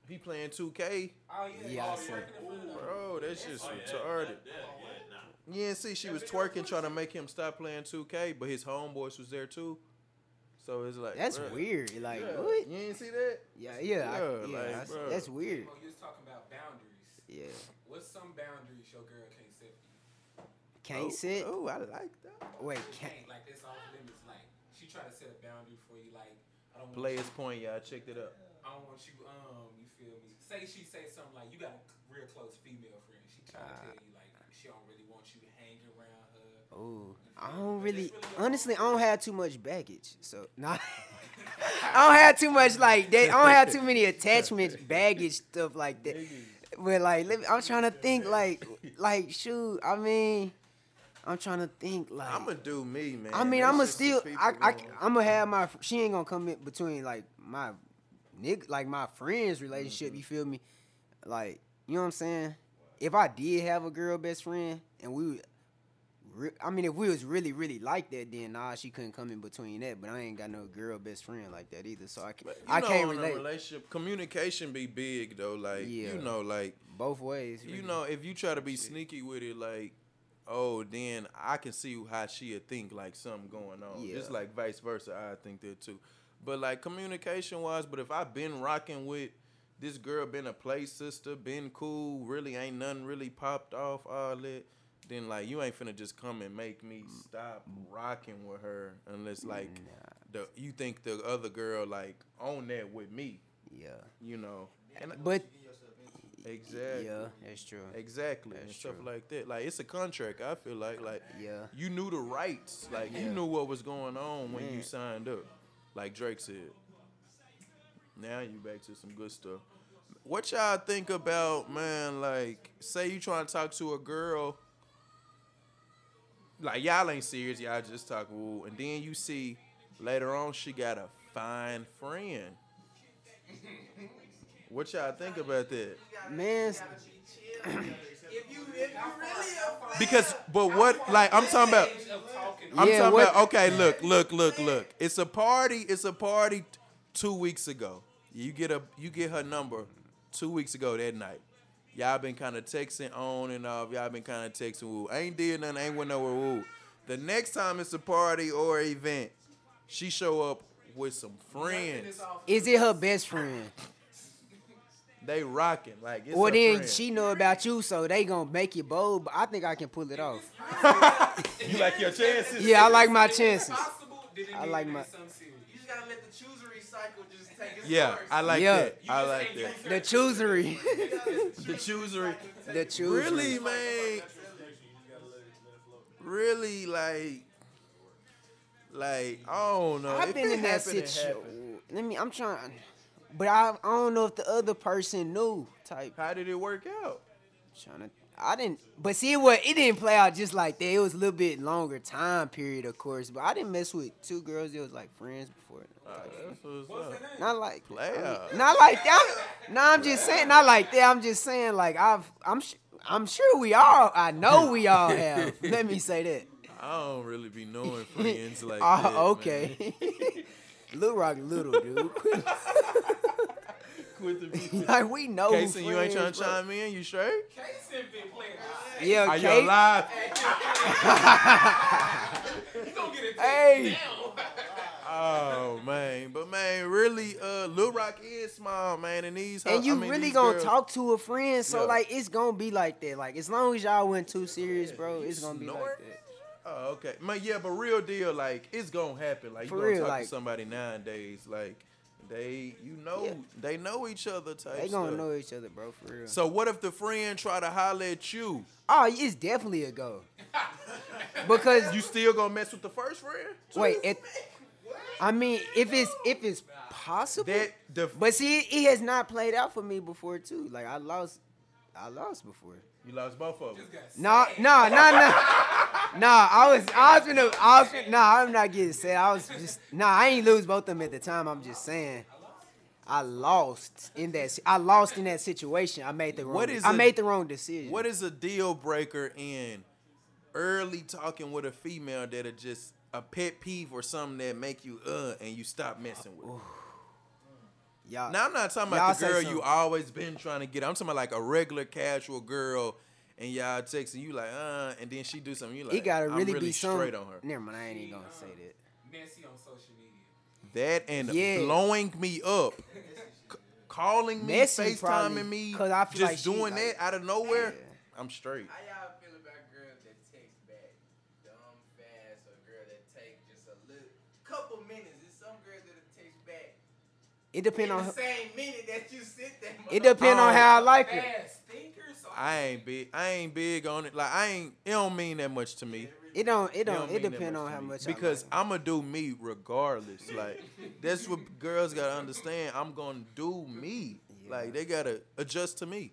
He playing 2K,
Oh yeah,
Yeah, I
she
see.
working in front of the-
bro. That's just
Oh, yeah, that-
retarded.
that- that- yeah, nah.
You didn't see she was twerking, trying to make him stop playing 2K, but his homeboys was there too. So it's like
That's
bruh,
weird. Like
yeah.
what?
You didn't see that?
Yeah, yeah, I-
Yeah,
yeah,
like,
that's,
bro.
that's weird.
Oh, you was talking about boundaries.
Yeah,
What's some boundaries your girl can't set? for you?
can't
oh,
sit.
Oh, I like that.
Wait, can't.
Can't like it's off limits. Like she try to set a boundary for you. Like I don't want
Players point, y'all checked it up.
I don't want you, um, you feel me? Say she say something like, you got a c- real close female friend. She try to tell you, like, she don't really want you hanging around her.
Oh, I don't really. Honestly, I don't have too much baggage. So nah. I don't have too much like that. I don't have too many attachments, baggage stuff like that. But like, let me, I'm trying to think like, like shoot. I mean, I'm trying to think like.
I'ma do me, man.
I mean,
That's
I'm gonna
just the
still,
people
I, I,
going-
I'm gonna have my. She ain't gonna come in between like my, nigga, like my friends' relationship. You
Mm-hmm.
feel me? Like, you know what I'm saying? If I did have a girl best friend, and we, would- re- I mean, if we was really, really like that, then nah, she couldn't come in between that. But I ain't got no girl best friend like that either, so I can't,
But you
I
know,
can't
in a
relate
relationship communication be big though. Like
Yeah.
you know, like
both ways.
you
really.
know, if you try to be sneaky with it, like oh, then I can see how she'll think like something going on.
Yeah.
Just like vice versa, I think that too. But like communication wise, but if I've been rocking with this girl, been a play sister, been cool, really ain't nothing really popped off all that. Then like you ain't finna just come and make me
Mm.
stop rocking with her unless like the you think the other girl like on that with me
yeah,
you know. And
but
exactly,
yeah, that's true.
exactly, and
That's
stuff
true.
like that. Like it's a contract. I feel like like
Yeah.
you knew the rights. Like you
Yeah.
knew what was going on when you
Man.
signed up. Like Drake said, Now you back to some good stuff. What y'all think about man? Like, say you trying to talk to a girl. Like y'all ain't serious. Y'all just talk woo, and then you see later on she got a fine friend. What y'all think about that?
Man,
if you if you really a
Because, but what? Like, I'm talking about.
Stage of talking.
I'm
Yeah,
talking
what-
about okay, look, look, look, look. It's a party. It's a party. t- Two weeks ago, you get a you get her number. Two weeks ago that night, y'all been kind of texting on and off. Y'all been kind of texting. Woo, ain't did nothing. Ain't went nowhere. Woo. The next time it's a party or event, she show up with some friends.
is it her best friend?
They rocking like it's
Or
her
then
friend.
she know about you, so they gonna make you bold. But I think I can pull it off.
You like your chances?
Yeah, I like my
If it's
chances.
possible, then it
I
means
like
it
my-
is something serious.
You just gotta let the choosery cycle just take its
Yeah,
course.
I like
Yeah.
that. I like that.
The choosery,
The choosery.
the choosery.
Really, man.
You just gotta let it, let it flow.
really like like I don't know.
I've
If
been
it
in that
happened, it
situation.
happened.
Let me. I'm trying, but I, I don't know if the other person knew. Type
How did it work out?
trying to. I didn't. But see, what it didn't play out just like that. It was a little bit longer time period, of course. But I didn't mess with two girls. It was like friends before.
Uh, That's what's
What's the
up.
name?
Not like
Play
I mean,
out.
not like that. No, I'm just saying. Not like that. I'm just saying. Like I've. I'm. su- I'm sure we all. I know we all have. Let me say that.
I don't really be knowing friends like
Ah,
that. man.
okay. Little Rock, little dude.
Quit the beat.
like we know. who
Casey, you ain't trying
Oh, friends,
to
bro.
chime in. You straight?
Casey been playing.
Yeah,
Are
Kate.
you alive?
You gonna get it
Hey.
down.
Oh man, but man, really, uh, Lil Rock is small, man, and these.
And
I
you
mean,
really
these
gonna
girls-
talk to a friend, so
Yeah.
like it's gonna be like that. Like as long as y'all wasn't too serious, bro,
You
it's gonna be
snoring?
like that.
Oh, okay. Man, yeah, but real deal, like it's gonna happen. Like you
For
gonna
real,
talk
like-
to somebody nowadays, like they, you know,
Yeah.
they know each other type.
They gonna
stuff.
know each other, bro, for real.
So what if the friend try to holler at you?
oh, it's definitely a go. because
You still gonna mess with the first friend?
wait, it, I mean, if it's if it's possible,
That the
but see, it, it has not played out for me before too. Like I lost, I lost before.
you lost both of them.
Just got
No, no, no, no. Nah, I was, I was gonna, I was, finna- nah, I'm not getting sad. I was just, nah, I ain't lose both of them at the time. I'm just saying, I lost in that, si- I lost in that situation. I made the wrong,
What is
I
a-
made the wrong decision.
What is a deal breaker in early talking with a female that are just a pet peeve or something that make you uh and you stop messing with? her?
y'all?
Now I'm not talking
Y'all
about the
say
girl
something.
you always been trying to get. I'm talking about like a regular casual girl. And y'all texting you like uh, and then she do something you like.
it gotta
I'm
really, be some.
straight on her.
Never mind, I ain't even gonna say that.
messy on social media.
That and
Yeah.
blowing me up, c- calling me,
Messy
FaceTiming
probably,
me,
'cause I feel
just
like she,
doing
like-
that out of nowhere.
Yeah.
I'm straight.
How y'all feel about girls that text back dumb fast or girl that take just a little couple minutes? There's some girls that'll text back
It
in
depend
the
on,
same minute that you sit there.
it depend on
Oh.
how I like her.
Fast thinkers. so
I ain't big. I ain't big on it. Like I ain't. It don't mean that much to me.
It don't, it don't,
mean
it
that
depend
much
on
to
how
me.
much. I
Because
like her.
I'm gonna do me regardless. Like that's what girls gotta understand. I'm gonna do me.
Yeah.
Like they gotta adjust to me.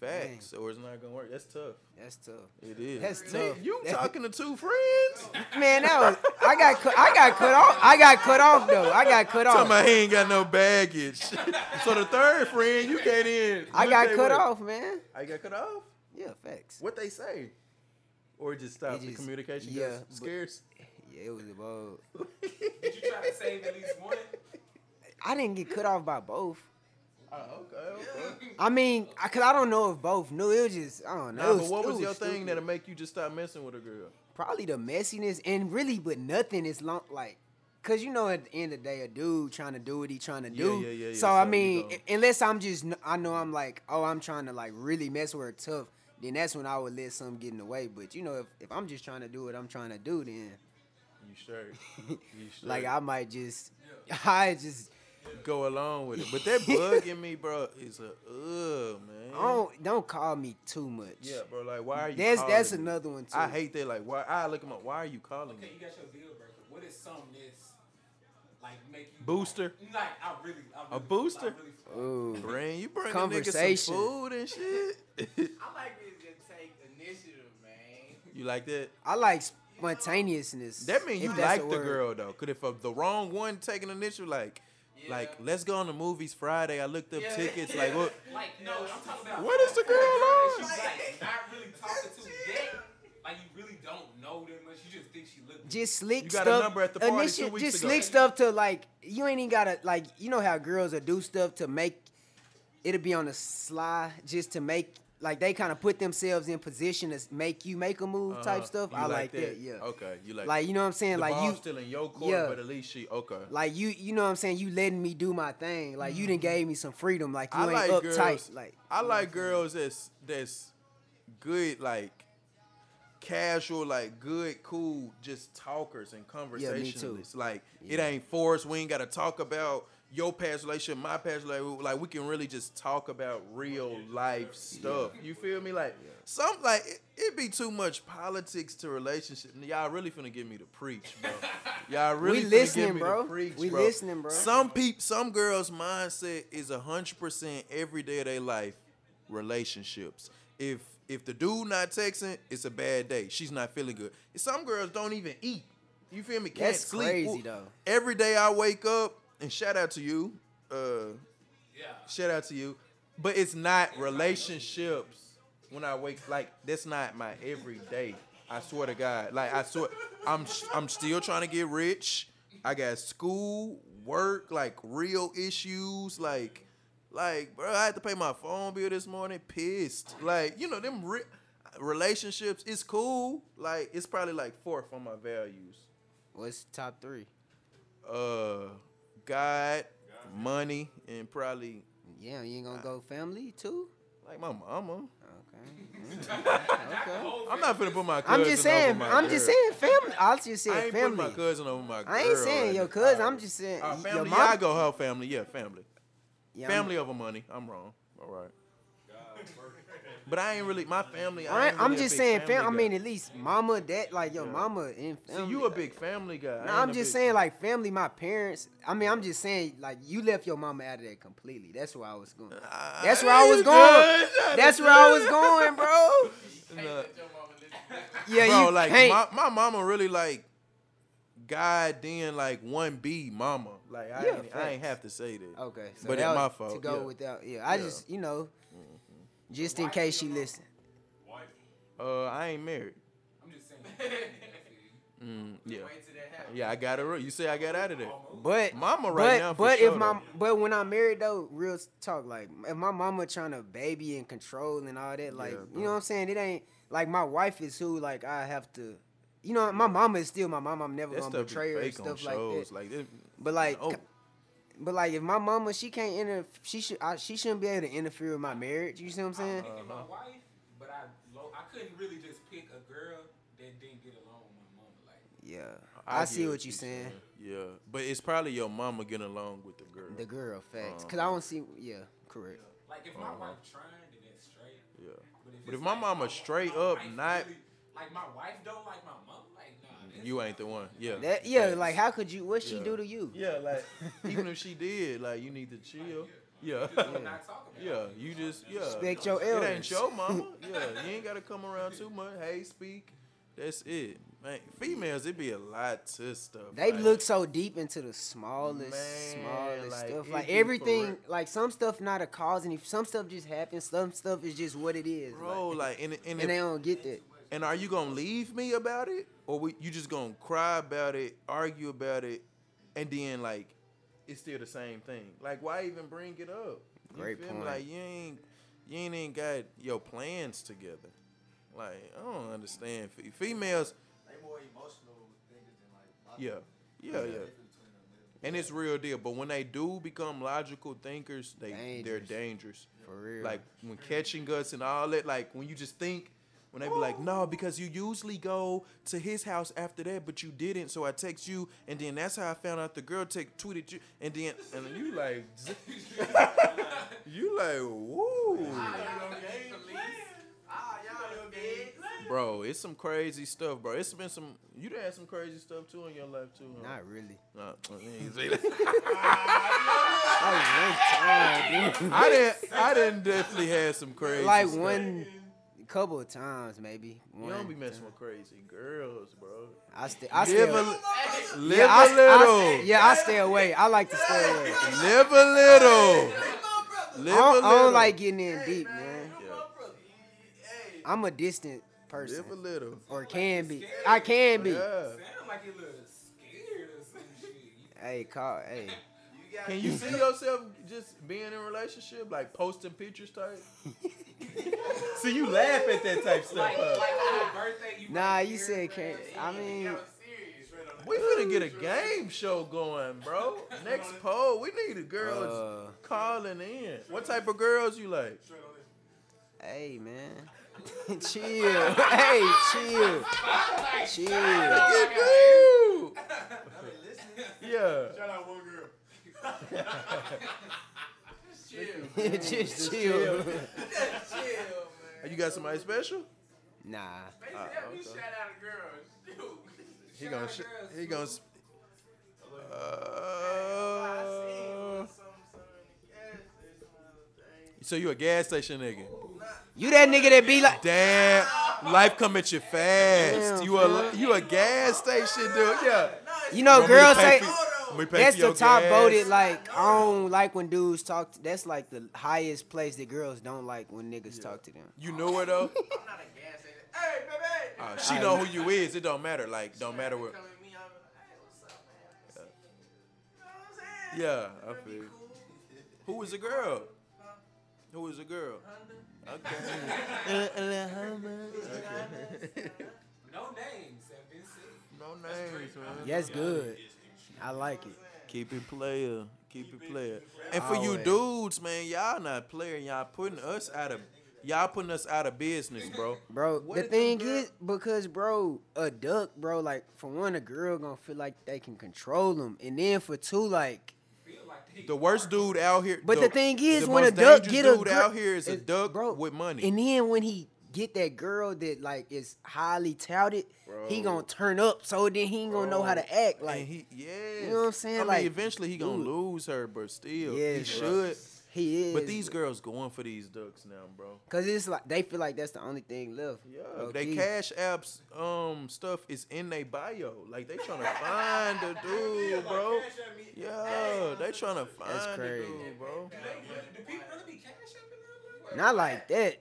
Facts, or it's not gonna work. That's tough.
that's tough.
It is.
That's
Nick,
tough.
You talking to two friends?
Man, that was I got cut, I got cut off. I got cut off though. I got cut
Talking
off.
about he ain't got no baggage. so the third friend, you can't in.
I
What
got
they
cut
what?
off, man.
I got cut off.
Yeah, facts.
What they say? Or it just stops the
just-
communication.
yeah,
Yeah,
but-
scarce.
Yeah, it was about.
Did you try to save at least one?
I didn't get cut off by both.
Oh, okay, okay.
I mean, I, cause I don't know if both knew. It was just I don't know.
Nah,
It
but what
it
was your thing
stupid.
that'll make you just stop messing with a girl?
probably the messiness and really, but nothing is long like. Cause you know, at the end of the day, a dude trying to do what he trying to do.
yeah, yeah, yeah.
So,
So
I
you
mean,
don't-
unless I'm just, kn- I know I'm like, oh, I'm trying to like really mess with her tough. Then that's when I would let something get in the way. But you know, if, if I'm just trying to do what I'm trying to do, then
You sure? You sure?
Like I might just, I just
go along with it. But that bugging me, bro, is a ugh, man.
I don't don't call me too much.
yeah, bro. Like, why are you?
that's that's
calling me?
another one too.
I hate that. Like, why? I look him up. Why are you calling
Okay,
me?
you got your deal breaker. What is some this? Like make you
Booster?
Like I really, I really
booster?
I, really,
Ooh.
Bring you bring nigga
Conversation.
some food and shit.
I like niggas that take initiative, man.
you like that?
I like spontaneousness.
That means
if
you
that's a
like the
word.
girl though. Could if uh, the wrong one taking initiative, like,
Yeah.
like let's go on the movies Friday. I looked up
Yeah.
tickets. Like what?
Like no, I'm talking about.
What is the girl
that
on?
you like not really talking to that. Like you really don't know that much. You just think she look. good.
Just slick
You got a
stuff.
number at the party two
initi-
weeks
just
ago.
slick stuff to like you ain't even gotta like you know how girls will do stuff to make it'll be on the sly just to make like they kind of put themselves in position to s- make you make a move type
Uh-huh.
stuff.
You
I like that. Yeah.
Okay. You like.
Like you know what I'm saying?
the
like
ball's
you
still in your court,
yeah.
but at least she okay.
like you you know what I'm saying? You letting me do my thing. Like you done gave me some freedom. Like you
Mm-hmm. I
ain't
like
uptight.
girls.
Like
I like girls that's that's good, like casual, like good, cool, just talkers and conversationalists. Like it
Yeah.
ain't forced. We ain't got to talk about your past relationship, my past relationship. Like we can really just talk about real life stuff. You feel me? Like some like it, it be too much politics to relationship. Y'all really finna get me to preach, bro. Y'all really
We
finna
listening,
get me
bro.
To preach,
We
bro.
listening, bro.
Some peop, some girls' mindset is hundred percent every day of their life relationships. If if the dude not texting, it's a bad day. She's not feeling good. Some girls don't even eat. You feel me? Can't
That's
sleep.
crazy,
Ooh.
though.
Every day I wake up and shout out to you. Uh,
Yeah.
shout out to you. But it's not relationships when I wake like that's not my everyday. I swear to God. Like I swear I'm I'm still trying to get rich. I got school, work, like real issues, like like bro, I had to pay my phone bill this morning, pissed. Like, you know, them re- relationships, it's cool. Like it's probably like fourth on my values.
what's top three?
Uh God, money, and probably
Yeah, you ain't
Uh.
gonna go family too?
like my mama.
Okay. Mm, okay.
Whole
I'm not finna put my cousin
I'm just saying.
over my
I'm
girl.
just saying family. I just
I
said
ain't putting my
family.
cousin over my girl.
I ain't saying your
right now.
cousin. I'm just saying
Our
y-
Uh, family,
your
yeah, I
mom.
go her family. Yeah, family.
yeah, I'm-
family over money. I'm wrong. All right. But I ain't really my family. I
I,
ain't
am
really a
just
big
saying
family
fam- I
guy.
mean, at least mama, dad, like your
Yeah.
mama and family.
see, you a
like-
big family guy. I
No,
ain't
I'm
a
just
big-
saying like family. My parents. I mean, I'm just saying like you left your mama out of that completely. That's where I was going.
Ah,
That's where I was
you
going.
good.
That's where I was going, bro.
Can't
Nah.
let your mama listen to that.
Yeah,
bro,
you
like
can't.
My, my mama really like God then like one B mama. Like I,
Yeah,
ain't, I ain't
facts.
have to say that.
Okay, so
But
that
it's my
was To
fault,
go
yeah.
without, yeah, I
Yeah. Mm-hmm.
just you know, just in case she listen.
Wife.
Oh.
Uh, I ain't married.
I'm just saying.
Mm, yeah,
Wait till that happens.
yeah. I got her. You say I got out of there.
But
Mama
but,
right now. For
but
sure,
if my
though.
but when I'm married though, real talk, like if my mama trying to baby and control and all that, like
Yeah,
you
bro.
know what I'm saying? It ain't like my wife is who like I have to. You know, my mama is still my mom. I'm never
that
gonna
stuff
betray
be
her and
fake on
stuff like
shows.
that.
Like, that.
But like,
no.
but like, if my mama, she can't inter, she should, I, she shouldn't be able to interfere with my marriage. You see what I'm saying?
Uh-huh.
I'm my wife, but I lo- I couldn't really just pick a girl that didn't get along with my mama. Like
Yeah,
I
I,
get
see
what
what you
you're
saying.
yeah, but it's probably your mama getting along with the girl.
The girl facts, cause I
Uh-huh.
don't see. Yeah, correct.
like if my wife trying, then that's straight.
yeah,
if,
Uh-huh. But
it's
if my mama
wa-
straight
my
up
wife
not-
really- like my wife don't like my mom. Like nah, that's
you
not-
ain't the one. Yeah,
That yeah,
facts.
like how could you? What she
Yeah.
do to you?
yeah, like even if she did, like you need to chill. Yeah,
You just not talk about
yeah,
it.
you just yeah.
Respect your
It
elders.
ain't your mama. Yeah, you ain't gotta come around too much. Hey, speak. That's it, man. Females, it be a lot to stuff.
They
like-
look so deep into the smallest,
Man,
smallest
like,
stuff.
it
Like
be for real.
everything, like some stuff not a cause, and if some stuff just happens, some stuff is just what it is.
bro.
like,
Like, and and,
and
if-
they don't get that.
And are you gonna leave me about it, or we, you just gonna cry about it, argue about it, and then like it's still the same thing? Like, why even bring it up? You
Great
feel me?
point.
Like, you ain't you ain't even got your plans together. Like, I don't understand. Fe- Females,
They more emotional with things than like
yeah,
logical.
yeah, yeah.
Difference between them, yeah.
And it's real deal. But when they do become logical thinkers, they they're
Dangerous.
dangerous.
For real.
Like when catching us and all that, like when you just think, when they be like, no, because you usually go to his house after that, but you didn't, so I text you, and then that's how I found out the girl text tweeted you, and then and then you like, you like, woo,
Ah, y'all done big. Ah, y'all done big.
bro, it's some crazy stuff, bro. It's been some. You done had some crazy stuff too in your life too. Huh?
Not really.
Nah, I didn't.
That was one time, dude.
I didn't. I done definitely had some crazy.
Like
stuff.
one couple of times, maybe.
You
One
don't be messing
time.
with crazy girls, bro.
I stay. I stay.
Live a,
away.
Hey,
live
yeah, I,
a
s- I
little.
stay- yeah, I stay away. I like to stay away.
Live a little.
you my brother.
Live
I don't,
a
I don't
little.
like getting in deep,
man.
man.
You
Yeah.
my brother. You- you- Hey,
I'm a distant person,
Live a little.
or can be. I can be.
Yeah.
Sound like you look scared or some shit. You-
Hey, call. Hey,
you got
Can you see yourself just being in a relationship, like posting pictures type? See, you laugh at that type stuff.
Like,
huh?
like on your birthday, you
nah,
might
you
care,
said
man.
can't. I mean,
We finna get a game show going, bro. Next poll, we need a girl that's
uh,
calling in. What type of girls you like?
hey, man. chill. hey, chill. Chill.
Get you.
I've been listening.
Yeah.
Shout out one girl.
Chill.
Just chill.
Just chill, man.
You got somebody special?
Nah.
Basically,
Ah,
that me
okay.
shout out a girl. Shoot.
He gonna sh- he gonna. Sp-
I
uh,
seen something, something in the gas station the other day.
so you a gas station nigga?
You that nigga that be like.
Damn, life come at you fast.
Damn,
You a
fam.
you a gas station dude? Yeah.
No, it's
You know,
Want me to
girls
pay
say
for- want me to pay
that's
for your
the top
gas?
voted. Like, I don't like when dudes talk. To, that's like the highest place that girls don't like when niggas talk to them.
You knew her though.
I'm not a gas station. Hey, baby.
Ah,
Uh, she know who you is. It don't matter. Like don't matter what.
Come at me, I'm like, hey, what's up, man? What's up? You know what I'm saying?
Yeah, I
That'd be
feel. you.
cool.
Who was the girl? Who was the girl?
Honda.
Okay.
No names have been said.
No names, man.
That's good. I like it.
Keep it player. Keep it player. And for you
Always.
dudes, man, y'all not playing. Y'all putting us out of y'all putting us out of business, bro.
Bro,
What
the
if them
thing
girl-
is, because bro, a duck, bro, like for one, a girl gonna feel like they can control them, and then for two, like,
Feel like they
The worst dude out here.
but the, thing is,
the
when a
most
duck
dangerous
get a
dude
gir-
out here is a
is-
duck
bro,
with money.
and then when he get that girl that like is highly touted,
Bro.
he gonna turn up, so then he ain't gonna know how
Bro,
to act,
And
like he,
he, yeah,
know what I'm saying?
I mean,
Like,
eventually he gonna
dude.
lose her, but still, he
Yes, bro.
should.
is.
But these girls going for these ducks now, bro.
cause it's like they feel like that's the only thing left.
Yeah,
low
they
key.
cash apps um stuff is in their bio. Like they trying to find the dude, bro. Yeah, they trying to find
crazy.
the dude, bro.
Do people really be cash apping them? Like,
Not like that.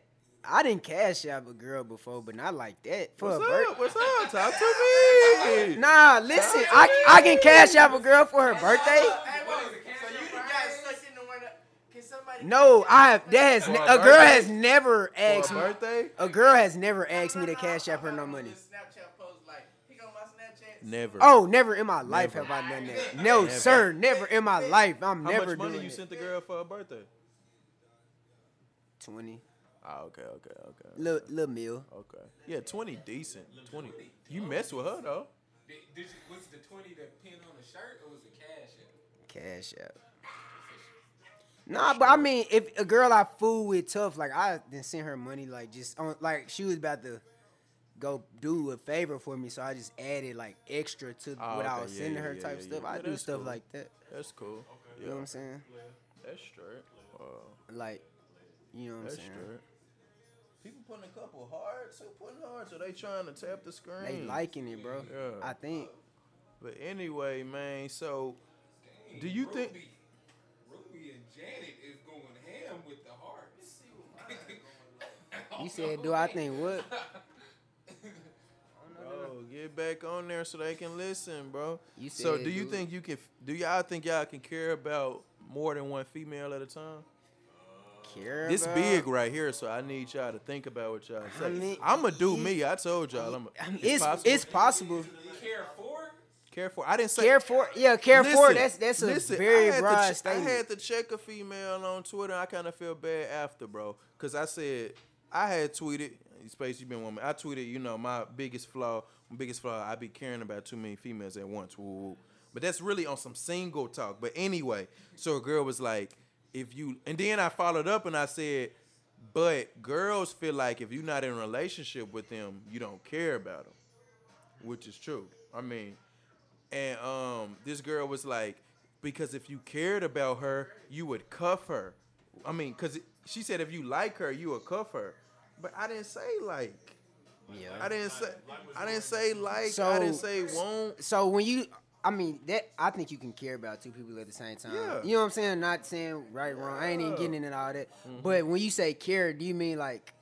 I didn't cash out a girl before, but not like that for a
What's
birthday.
up? What's up? Talk to me.
Nah, listen, I, I can cash out a girl for her birthday.
Hey,
What
wait,
is it, cash
so
or
you done got
fries?
sucked into one of- Can somebody
No, I have that has
For
ne-
her
a girl
birthday?
has never asked
For
me.
a birthday?
A girl has never
No,
asked me
no,
to
no,
cash out
I'm
her no
talking
money.
about the Snapchat post like, he on my Snapchat.
Never.
Oh, never in my life
Never.
have I done that. No,
Never.
sir, never in my life. I'm
How
never
much money
doing
you
it.
sent the girl for her birthday?
Twenty,
Ah, okay, okay, okay.
little little meal.
Okay. Yeah, 20 decent. 20. You mess with her though.
Did, did you, was it the 20 that pinned on the shirt or was it cash app?
Cash out. Nah, but I mean, if a girl I fool with tough, like I then sent her money, like just on, like she was about to go do a favor for me, so I just added like extra to
Oh,
what I
okay,
was
yeah,
sending
yeah,
her
yeah,
type
yeah,
stuff.
yeah.
I
Yeah,
do
that's
stuff
cool.
like that.
That's cool.
You know
Yeah.
what I'm uh, saying?
That's straight. Wow.
Like, you know what I'm
That's
saying?
straight. People putting a couple hearts, who putting hearts? Are they trying to tap the screen?
They liking it, bro.
Yeah.
I think.
But anyway, man, so
Dang,
Do you think-
Ruby, Ruby and Janet is going ham with the hearts?
You said, do I think what?
bro, get back on there so they can listen, bro.
You
so
said,
do you
dude.
think you can do y'all think y'all can care about more than one female at a time?
Care
This
about-
big right here, so I need y'all to think about what y'all say. I
mean,
I'ma do me. I told y'all I'm
I
a,
mean,
it's,
It's
possible.
it's possible.
Care for?
care for I didn't say
Care for yeah, care for.
Listen,
That's that's a
listen, I
very
had to
broad
che-
statement.
I had to check a female on Twitter. I kind of feel bad after, bro, because I said I had tweeted. Space, you been woman. I tweeted, you know, my biggest flaw, my biggest flaw, I be caring about too many females at once. Woo, woo. But that's really on some single talk. But anyway, so a girl was like, if you, and then I followed up and I said, But girls feel like if you're not in a relationship with them, you don't care about them, which is true. I mean, and um, this girl was like, because if you cared about her, you would cuff her. I mean, cause she said if you like her, you would cuff her. But I didn't say like.
Yeah.
I didn't say. I didn't say like. I
So-
didn't say won't.
So when you, I mean that, I think you can care about two people at the same time.
Yeah.
You know what I'm saying? Not saying right wrong. I ain't even getting into all that. But when you say care, do you mean like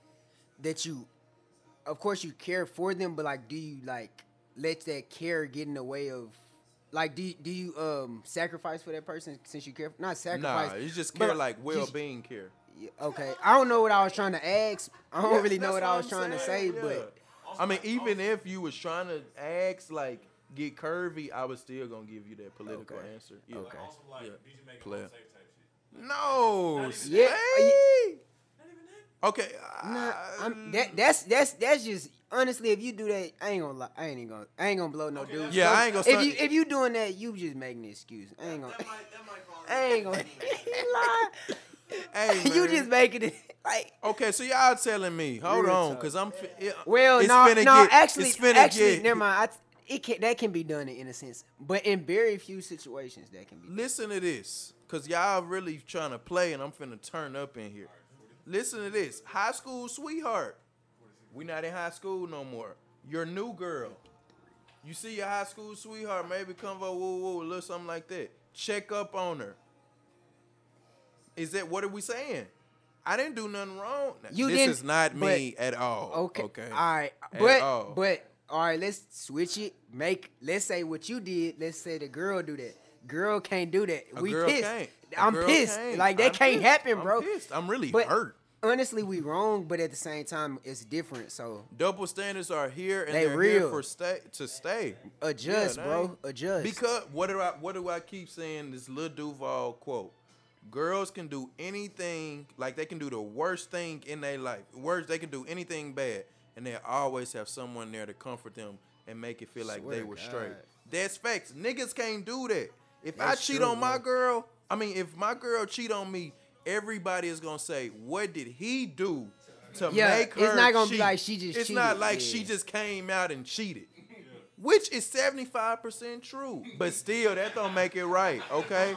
that you? Of course you care for them, but like, do you like let that care get in the way of? Like, do you, do you um sacrifice for that person since you care? Not sacrifice.
Nah, you just
but
care like
you-
well-being care.
Okay, I don't know what I was trying to ask. I don't
Yeah,
really know
that's
what I was
I'm
trying
saying,
to say,
yeah.
but
I mean, even if you was trying to ask like get curvy, I was still gonna give you that political
Okay.
answer. Yeah.
Okay.
Also, like,
Yeah.
did you make
Player.
it safe type shit?
No.
Not even
Yeah.
that.
Not even that.
Okay.
Nah,
uh,
I'm, that that's that's that's just honestly. If you do that, I ain't gonna lie. I ain't even gonna. I ain't gonna blow no
Okay,
dudes.
that's-
Yeah, I ain't gonna
If
start-
you if you doing that, you just making an excuse. I ain't gonna.
That might, that might fall.
I ain't gonna. He
hey,
lied. you
man.
just making it like.
Okay, so y'all telling me, hold
Real
on,
talk.
cause I'm. Fi- it-
Well,
it's
no, no.
finna get-
actually,
it's finna
actually,
get-
never mind. I, it can that can be done in innocence, but in very few situations that can be. done.
Listen to this, cause y'all really trying to play, and I'm finna turn up in here. Listen to this, high school sweetheart. We not in high school no more. Your new girl. You see your high school sweetheart, maybe come over, woo woo, a little something like that. Check up on her. Is that what are we saying? I didn't do nothing wrong.
You
this
didn't,
is not me at all.
Okay.
Okay.
All right.
At
But
all.
but all right, let's switch it. Make let's say what you did. Let's say the girl do that. Girl can't do that.
A
we
girl
pissed.
can't. A
I'm
girl
pissed.
can't.
Like that
I'm
can't
pissed.
happen,
I'm
bro.
pissed. I'm really
But-
hurt.
Honestly, we wrong, but at the same time, it's different. So
Double standards are here and
They
they are here
real.
for stay to stay.
adjust,
Yeah, they
bro.
ain't-
Adjust.
Because what do I what do I keep saying this Lil Duval quote? Girls can do anything, like they can do the worst thing in their life. Worst, they can do anything bad, and they always have someone there to comfort them and make it feel like
Swear
they
to
were straight.
God.
That's facts. Niggas can't do that. If
That's
I cheat
true,
on my
bro.
girl, I mean, if my girl cheat on me, everybody is gonna say, "What did he do to
Yeah,
make
it's
her?"
not gonna be
cheat?
like she just
It's not
cheated,
like
yeah.
she just came out and cheated which is 75% true but still that don't make it right okay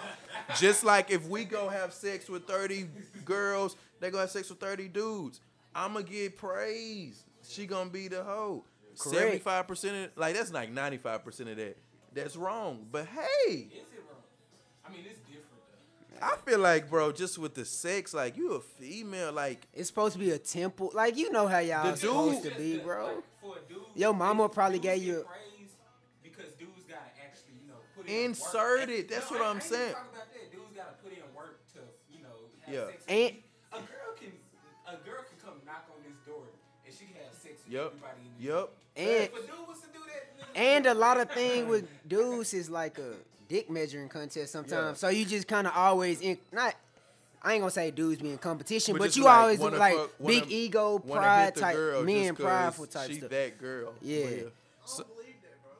just like if we go have sex with 30 girls they go have sex with 30 dudes i'ma get praised she gonna be the hoe
Correct.
75% of, like that's like 95% of that that's wrong but hey
Is it wrong? I mean, it's different though.
i feel like bro just with the sex like you a female like
it's supposed to be a temple. Like you know how y'all
The
supposed
dude-
to be, bro.
Like, for a dude,
Yo, mama
dudes-
probably
dudes
gave you
get praised because dudes gotta actually, you know, put in
Insert
work.
it, that's
No,
what
I-
I'm
I ain't
saying.
even talking about that. Dudes gotta put in work to, you know, have
Yeah.
sex. with
And-
you. a girl can, a girl can come knock on this door and she can have sex with
Yep.
everybody in this
Yep.
And
If a dude was to do that, nigga,
And a lot of thing with dudes is like a dick measuring contest sometimes.
Yeah.
So you just kind of always in not. I ain't gonna say dudes being competition,
But
but,
just
you
like
always
wanna
like
fuck- wanna-
big ego,
wanna hit
pride
the
type,
girl
men
just 'cause
pridal type
she
stuff.
that girl
Yeah.
So-
believe that, bro.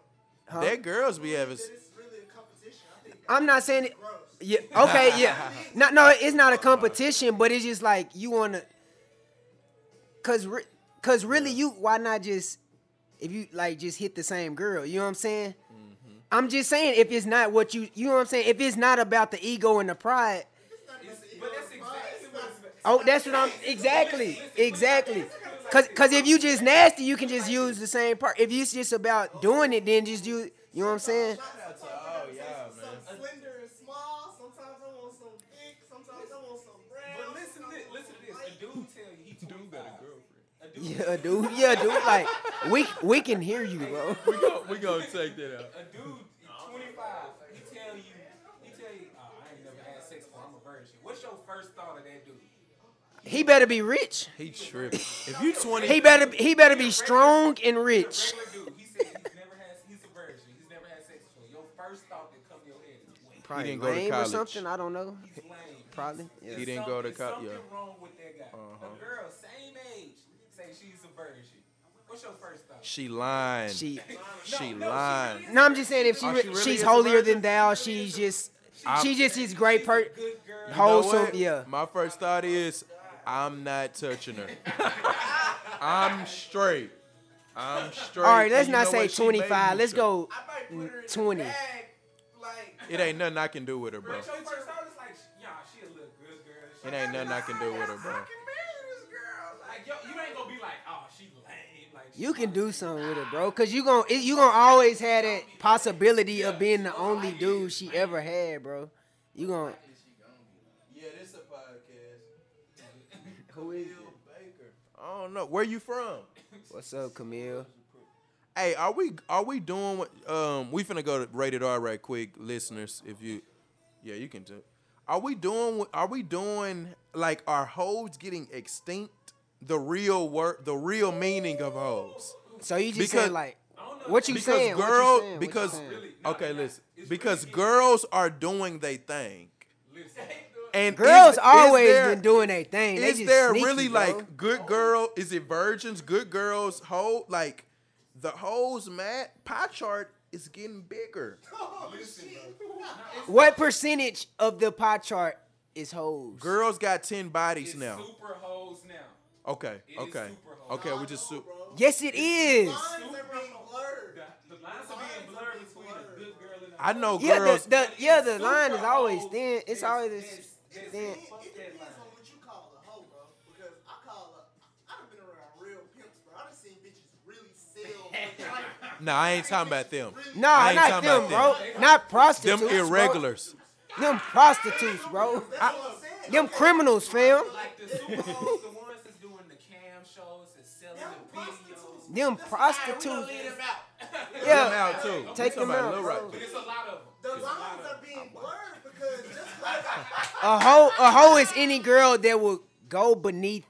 Huh?
that girls be having
That it's really a competition. I think
I'm not saying it.
gross.
Yeah. Okay. Yeah. no, no, it's not a competition, but it's just like you wanna. Cause, re- cause really, you why not just if you like just hit the same girl? You know what I'm saying? I'm just saying if it's not what you you know what I'm saying. If it's not about the ego and the pride,
it's- but that's exactly what it's about.
Oh, that's what I'm exactly, exactly. Cause, cause if you just nasty, you can just use the same part. If it's just about doing it, then just do. You know what I'm saying?
oh yeah man
Some slender and small. Sometimes I want some big. Sometimes I want some round.
But listen, to this, listen to this. A dude tell you he dude got a girlfriend. A dude,
Yeah, dude. Yeah, dude. Like we we can hear you, bro.
we gonna, we gonna take that out
a dude, 25. He tell you, he tell you, oh, I ain't never had sex before. I'm a virgin. What's your first thought of that dude?
He better be rich.
He tripping. If you twenty,
He better he better be strong and
He's
rich.
a regular dude. He said he's never had. He's a virgin. He's never had sex before. Your first thought that come to your head is, wait,
Probably
didn't go to
lame or
college.
something. I don't know.
he's lame.
Probably. Yeah.
He didn't go to
There's
co- yeah.
Something wrong with that guy.
Uh-huh.
A girl, same age, say she's a virgin. What's your first thought?
she lying. She,
She.
she
no, she
lying.
really
No, I'm just saying if she,
Oh,
re-
she really
she's
is a
holier
virgin?
than thou, she's just
I-
she just is great per
Good girl.
You know
wholesome.
what?
Yeah.
My first thought is, I'm not touching her. I'm straight. I'm straight.
All right, let's
And you
not
know
say
what? She made me
25. Let's
straight.
go.
I might put her in
20.
the bag. Like,
It ain't nothing I can do with her, bro.
Bro, so first I was like, y'all, she a little good girl. She-
It ain't nothing I can do with her,
I can
bro.
marry this girl.
Like,
Like,
yo, you ain't gonna be like, oh, she lame. Like, she
You can do something with it, bro. Cause you gon' it- you gonna always have that possibility of being the only dude she ever had, bro. You gon'
yeah, this a podcast.
Who is
Bill Baker.
I don't know. Where you from?
What's up, Camille?
Hey, are we are we doing what um we finna go to rated R right quick, listeners, if you Yeah, you can do. Are we doing what- are we doing like are hoes getting extinct? The real word the real meaning of hoes.
So you just
Because-
saying like
I don't know.
what you
Because
saying? what you
girl-
saying, what you
because-
saying?
Really, no,
Okay,
no,
listen.
it's
Because
really-
girls are doing they thing.
Listen,
And
girls
is- is
always
there-
been doing their thing. They
is
just
there
sneaky,
really
bro.
like
Oh.
good girl? Is it virgins, good girls, hoe? Like the hoes, Matt pie chart is getting bigger.
listen, bro.
what percentage of the pie chart is hoes?
Girls got ten bodies
It's
now.
super hoes now.
okay,
It is
okay,
super hoes.
okay.
I
We just
know,
su-
bro.
Yes, it is.
Lines are being blurred.
The, the lines are being blurred between a good girl and a
I know
Yeah,
girls.
the, the yeah the
Super
line is always
hoes.
thin. It's always
it's- it's-
It,
thin.
Man, fuck
it
that
depends
line.
on what you call a hoe, bro. Because I call a, I done been around real pimps, bro. I done seen bitches really sell. like,
nah, I ain't talking about them.
really-
No,
I ain't
not
talking
them, bro.
about
Not
Them
prostitutes. bro.
irregulars.
Them prostitutes, bro.
That's what I'm saying.
Them criminals, fam.
Like the super hoes, the ones that's doing the cam shows and selling
Them
the videos.
prostitutes.
Them
That's
prostitutes.
why we don't let them out.
Yeah.
Yeah.
out too. We
Take
talking
them
about
out,
Lil
bro.
Rock.
But it's a lot of them.
The
It's a lot
lines
of
are
them.
being blurred because just like
A hoe, a hoe is any girl that will go beneath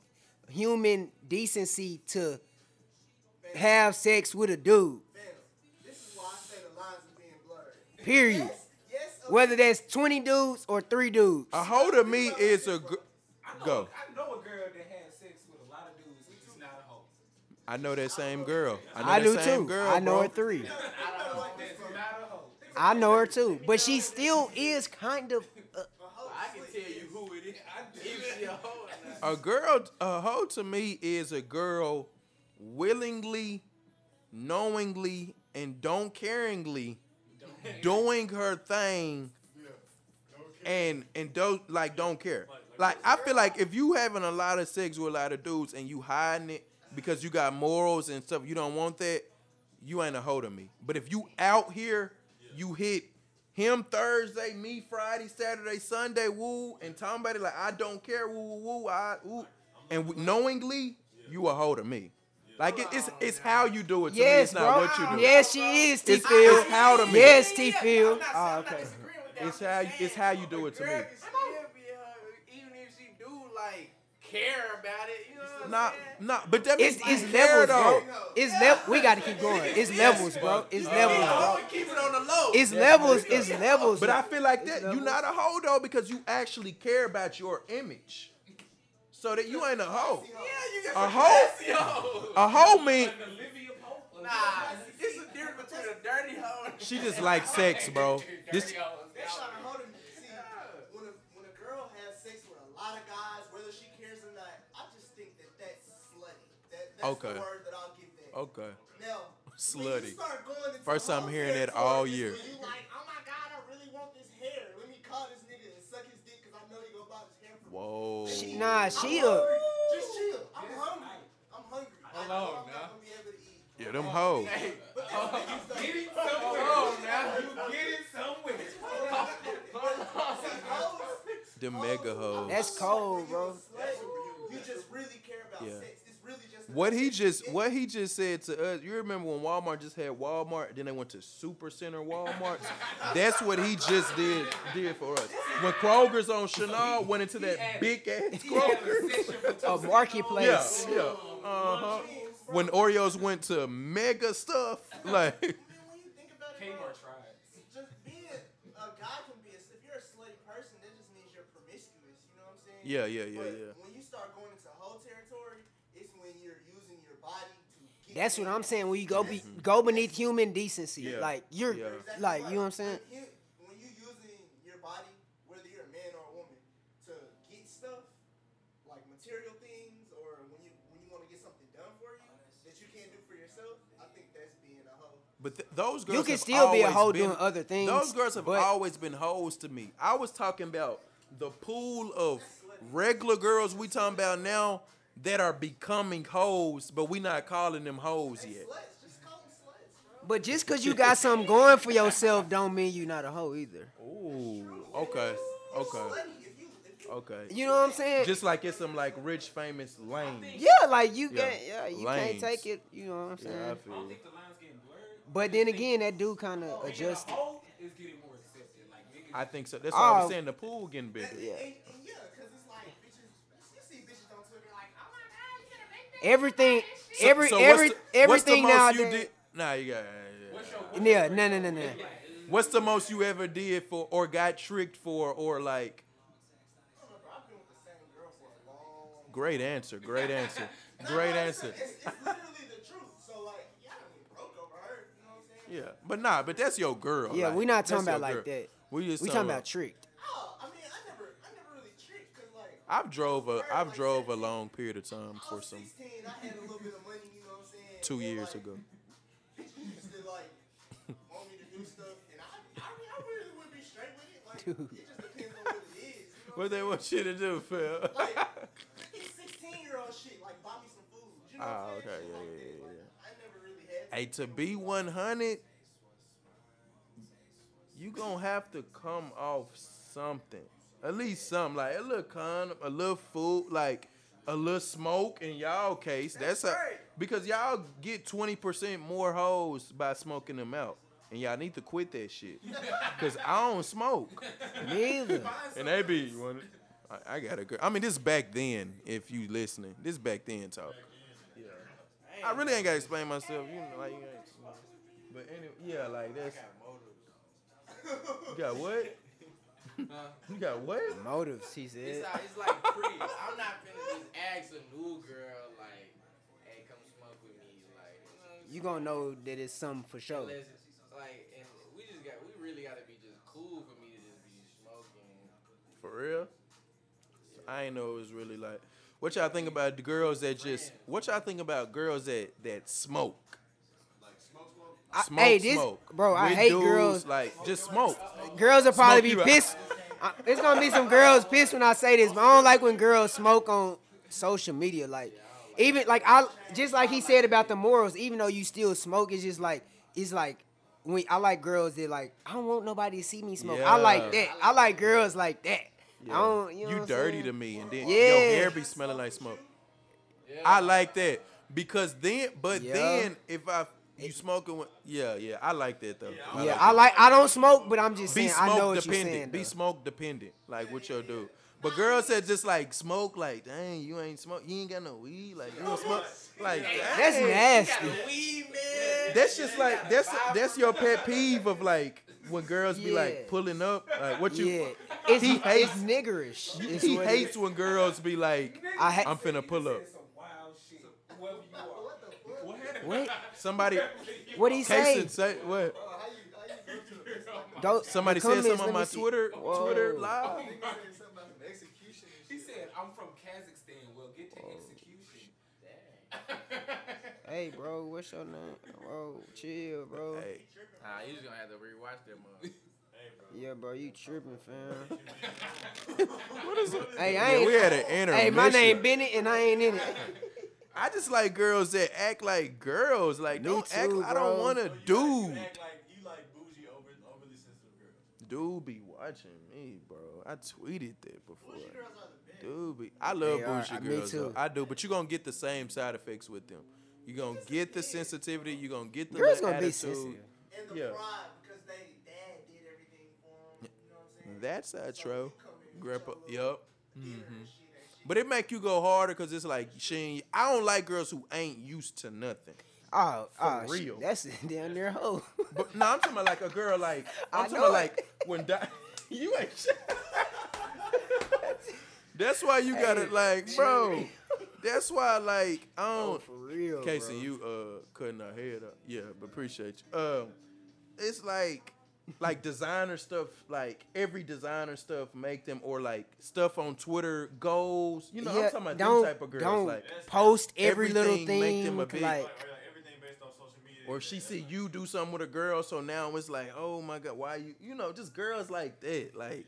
human decency to have sex with a dude.
Phantom, this is why I say the lines are being blurred.
Period.
Yes, yes. okay.
Whether that's twenty dudes or three dudes.
A hoe to me is a. Gr-
I know,
Go.
I know a girl that had sex with a lot of dudes, but she's not a hoe.
I know that same girl. I know
I
that
do
same
too.
girl.
I know
bro.
her three.
I don't like this
That's
one.
not a hoe.
I know her too. But she still is kind of. Uh,
A hoe
I can
sleep.
tell you who it is. If she a hoe or not.
A girl, a hoe to me is a girl willingly, knowingly, and don't caringly doing her thing and and don't like don't care. Like I feel like if you having a lot of sex with a lot of dudes and you hiding it because you got morals and stuff, you don't want that, you ain't a hoe to me. But if you out here, you hit him Thursday, me Friday, Saturday, Sunday, woo, and talking about it like I don't care, woo, woo, woo, I, woo, and w- knowingly, you a hoe to me. Like it, it's it's how you do it to me.
yes,
It's not
bro.
what you do.
Yes, she is. T
It's-
Phil.
it's how to me.
Yes,
Yeah,
T
yeah, yeah.
Phil.
I'm not-
Oh,
I'm not
okay.
disagreeing with that.
It's
I'm
how
just
it's
saying,
how you do it to
girl
me.
can still be a hoe, even if she do like care about it, you know what I'm
Nah,
saying?
nah, but that
It's
means you
it's
care,
levels, bro.
though.
It's level. We gotta keep going. It's levels, bro. It's levels, bro.
I'ma keep it on the low.
It's levels. It's levels.
But I feel like that
It's
you're
levels.
not a hoe though because you actually care about your image, so that you ain't a hoe.
yeah, you
A
got
hoe?
classy hoe.
A hoe mean
An Olivia Pope. or-
Nah, it's a difference between a dirty hoe and
she just like sex, bro. This
Dirty hoes.
That's trying to hold him. See, when a when a girl has sex with a lot of guys, whether she cares or not, I just think that that's slutty. That, that's
Okay.
the word that I'll give that.
okay.
Now, When you
Slutty.
start going into
First time
whole
hearing that
territory
all
is
year.
When you like, oh my god, I really want this hair. Let me call this nigga and suck his dick because I know he gonna buy this hair for me.
Whoa.
She- Nah,
I'm
she a.
hungry. Just chill. I'm
Yes,
hungry.
right.
I'm hungry. I know
Hello,
I'm
now.
not gonna be able to eat.
Yeah, them hoes.
Hey,
But this nigga's like,
Get it
these
somewhere.
Hold on now.
You get it somewhere.
hold on.
hoes-
Them
hoes-
mega hoes.
That's cold,
Like, when
bro.
you a slut, You just really care about
Yeah.
sex. It's really just about
What he
sex.
just
It-
what he just said to us. You remember when Walmart just had Walmart, then they went to Super Center Walmart. That's what he just did did for us. When Kroger's on Chanel went into that big ass
He had
Kroger.
a session with
A
Yeah,
marketplace.
yeah. Uh huh.
Uh-huh.
When Oreos went to mega stuff, like
I mean, when you think about it, bro,
Kmart tried.
just being a guy can be a, if you're a slutty person, that just means you're promiscuous. You know what I'm saying?
yeah, yeah, yeah,
but
yeah.
When you start going into whole territory, it's when you're using your body to. Get
That's what I'm saying. When you go be,
Mhm.
go beneath human decency,
Yeah.
like you're
Yeah.
You're exactly
like
right.
you know what I'm saying.
When you, when you using your body, whether you're a man or a woman, to get stuff like material material things or when you when you want to get something done for you that you can't do for yourself, I think that's being a hoe.
But th- those girls
You can
have
still be a
always
hoe
been-
doing other things.
Those girls have
but
always been hoes to me. I was talking about the pool of regular girls we talking about now that are becoming hoes, but we not calling them hoes yet.
Sluts, just call them sluts, bro.
But just because you got something going for yourself, don't mean you not a hoe either.
Ooh, okay, okay,
Slutty, if you if you
okay.
You know what I'm saying?
Just like it's some like rich famous lame.
yeah, like you
Yeah.
can't, yeah, you
Lanes.
can't take it. You know what I'm saying?
Yeah, I
I don't
feel. you.
think the line's getting blurred.
but then again, that dude kind of
Being a
adjusted.
hoe is getting more accepted. Like niggas,
I think so. That's why I
Oh.
was saying the pool getting bigger.
and,
Yeah.
and, and yeah, because it's like bitches. You see bitches on Twitter like, oh my god, you gonna make that.
Everything,
So-
every,
so what's
every,
the- what's the
everything
most
now.
you did- Nah, you got.
what's
yeah.
your what's
Yeah,
your
no, no, no,
threshold?
no.
It's like, uh,
What's the most you ever did for, or got tricked for, or like?
I don't know, bro, I've been with the same girl for a long.
Great answer. Great answer.
No,
Great
no,
answer.
It's, it's, it's literally the truth. So like, yeah, I don't get broke over her. You know what I'm saying?
Yeah, but nah, but that's your girl.
Yeah,
like,
we not talking
that's your
about like
girl.
that.
We just
We talking about tricked.
Oh, I mean, I never, I never really tricked because like.
I've drove a
Right,
I've
like
drove a
that.
long period of time
I
for
was
some
16, I had a little bit of money, you know what I'm saying?
two
and,
years
like,
ago.
Bitches used to like want me to do stuff, and I, I, re- I really would be straight with it. Like,
Dude.
it just depends on what it is. You know
What they
I'm
want you to do, Phil?
saying? Like, it's 16 year old shit, like buy me some food. You know
Ah,
what I'm
okay,
saying? Shit
yeah,
like
yeah,
that.
yeah,
Like,
yeah.
I never really had.
hey, to be one hundred, you gonna have to come off something. At least something like a little condom, a little food, like a little smoke. In y'all case, that's,
That's
a
right.
because y'all get twenty percent more hoes by smoking them out, and y'all need to quit that shit. Cause I don't smoke.
Neither.
find
And they
something-
be wanted. I, I got a girl. I mean, this back then. If you listening, this back then talk. Yeah. I really ain't gotta explain myself. You know, like you ain't. But anyway, yeah, like that's. You got what? you got what?
Motives, he
It's,
said.
uh, it's like pre. I'm not finna just ask a new girl like, hey, come smoke with me, like. You, know what I'm
You
saying?
gonna know that it's something for sure.
Unless, like, and we just got, we really gotta be just cool for me to just be smoking.
For real? I ain't know it was really like. What y'all think about the girls that just? What y'all think about girls that that smoke?
Like smoke, smoke.
I-
Smoke,
hey, this-
smoke.
bro, I
With
hate
dudes,
girls-
Like just smoke.
Girls will probably
Smoke
be
you out.
pissed. I, it's gonna be some girls pissed when I say this, but I don't like when girls smoke on social media. Like, even like I just like he said about the morals. Even though you still smoke, it's just like it's like when I like girls that like I don't want nobody to see me smoke. I like
Yeah.
that. I like girls like that. I don't. You, know
you
what I'm
dirty
saying?
to me, and then
Yeah.
your hair be smelling like smoke. I like that because then, but
Yeah.
then if I you smoking, with, yeah, yeah, I like that though.
Yeah,
like
I
that.
like. I don't smoke, but I'm just
be
saying. I know
smoke
what you're saying.
dependent. Be
though.
smoke dependent, like what you'll do. But girls that just like smoke, like dang, you ain't smoke, you ain't got no weed, like you don't smoke, like
That's
dang.
nasty.
Weed, man.
That's just like that's that's your pet peeve of like when girls be
Yeah.
like pulling up, like what you.
Yeah, it's,
He hates-
it's niggerish. is
He
what it
hates when girls be like,
Niggas
I ha-
I'm finna
said
pull
you
up.
said Some wild shit. Whoever you are.
What the fuck?
What?
is. What?
somebody,
What he say?
Kason say what?
Bro, how you, how you go to the next time?
Go-
Somebody
the
said
comments,
something on
let me
my
see.
Twitter, Twitter
Whoa.
live.
Nigga said something about some execution and
She
shit.
said, I'm from Kazakhstan. Well, get to execution.
Hey, bro, what's your name? Whoa, chill, bro.
Hey,
Nah, you just gonna have to rewatch that mug.
Yeah, bro, you tripping, fam.
what is it?
hey, I
Yeah,
ain't.
we had an intermission.
hey, my name Bennett, and I ain't in it.
I just like girls that act like girls. Like,
Me
don't act.
too,
I
bro.
don't want a
So you Like,
dude.
you act like you like bougie over overly sensitive girls.
Dude be watching me, bro. I tweeted that before.
Bougie girls are the best.
Dude be. I love
They are.
bougie
Me
girls. though.
too.
I do, but you gonna get the same side effects with them. You gonna get the sensitivity. You gonna get the
Girls
little
gonna be
attitude.
sensitive.
And the
Yeah.
pride because they dad did everything for them. You know what I'm saying?
That's a tro. Grandpa. Yup.
Mm-hmm.
But it make you go harder because it's like she. Ain't, I don't like girls who ain't used to nothing.
Oh, oh, shit,
real.
that's down there, hoe.
But no, I'm talking about like a girl like I'm
I
talking
know
about
it.
like when Di- you ain't. shit. that's why you gotta
Hey,
like, bro. That's why like I
Oh,
don't.
for real,
Casey,
bro.
you uh cutting her head up. Yeah, but appreciate you. Um, it's like like designer stuff, like every designer stuff make them or like stuff on Twitter goals. You know,
Yeah,
I'm talking about
don't,
them type of girls.
Don't
Like
post every little thing.
everything make them a big-
like,
Like, like everything based off social media.
or she see you do something with a girl, so now it's like, oh my god, why you you know, just girls like that. Like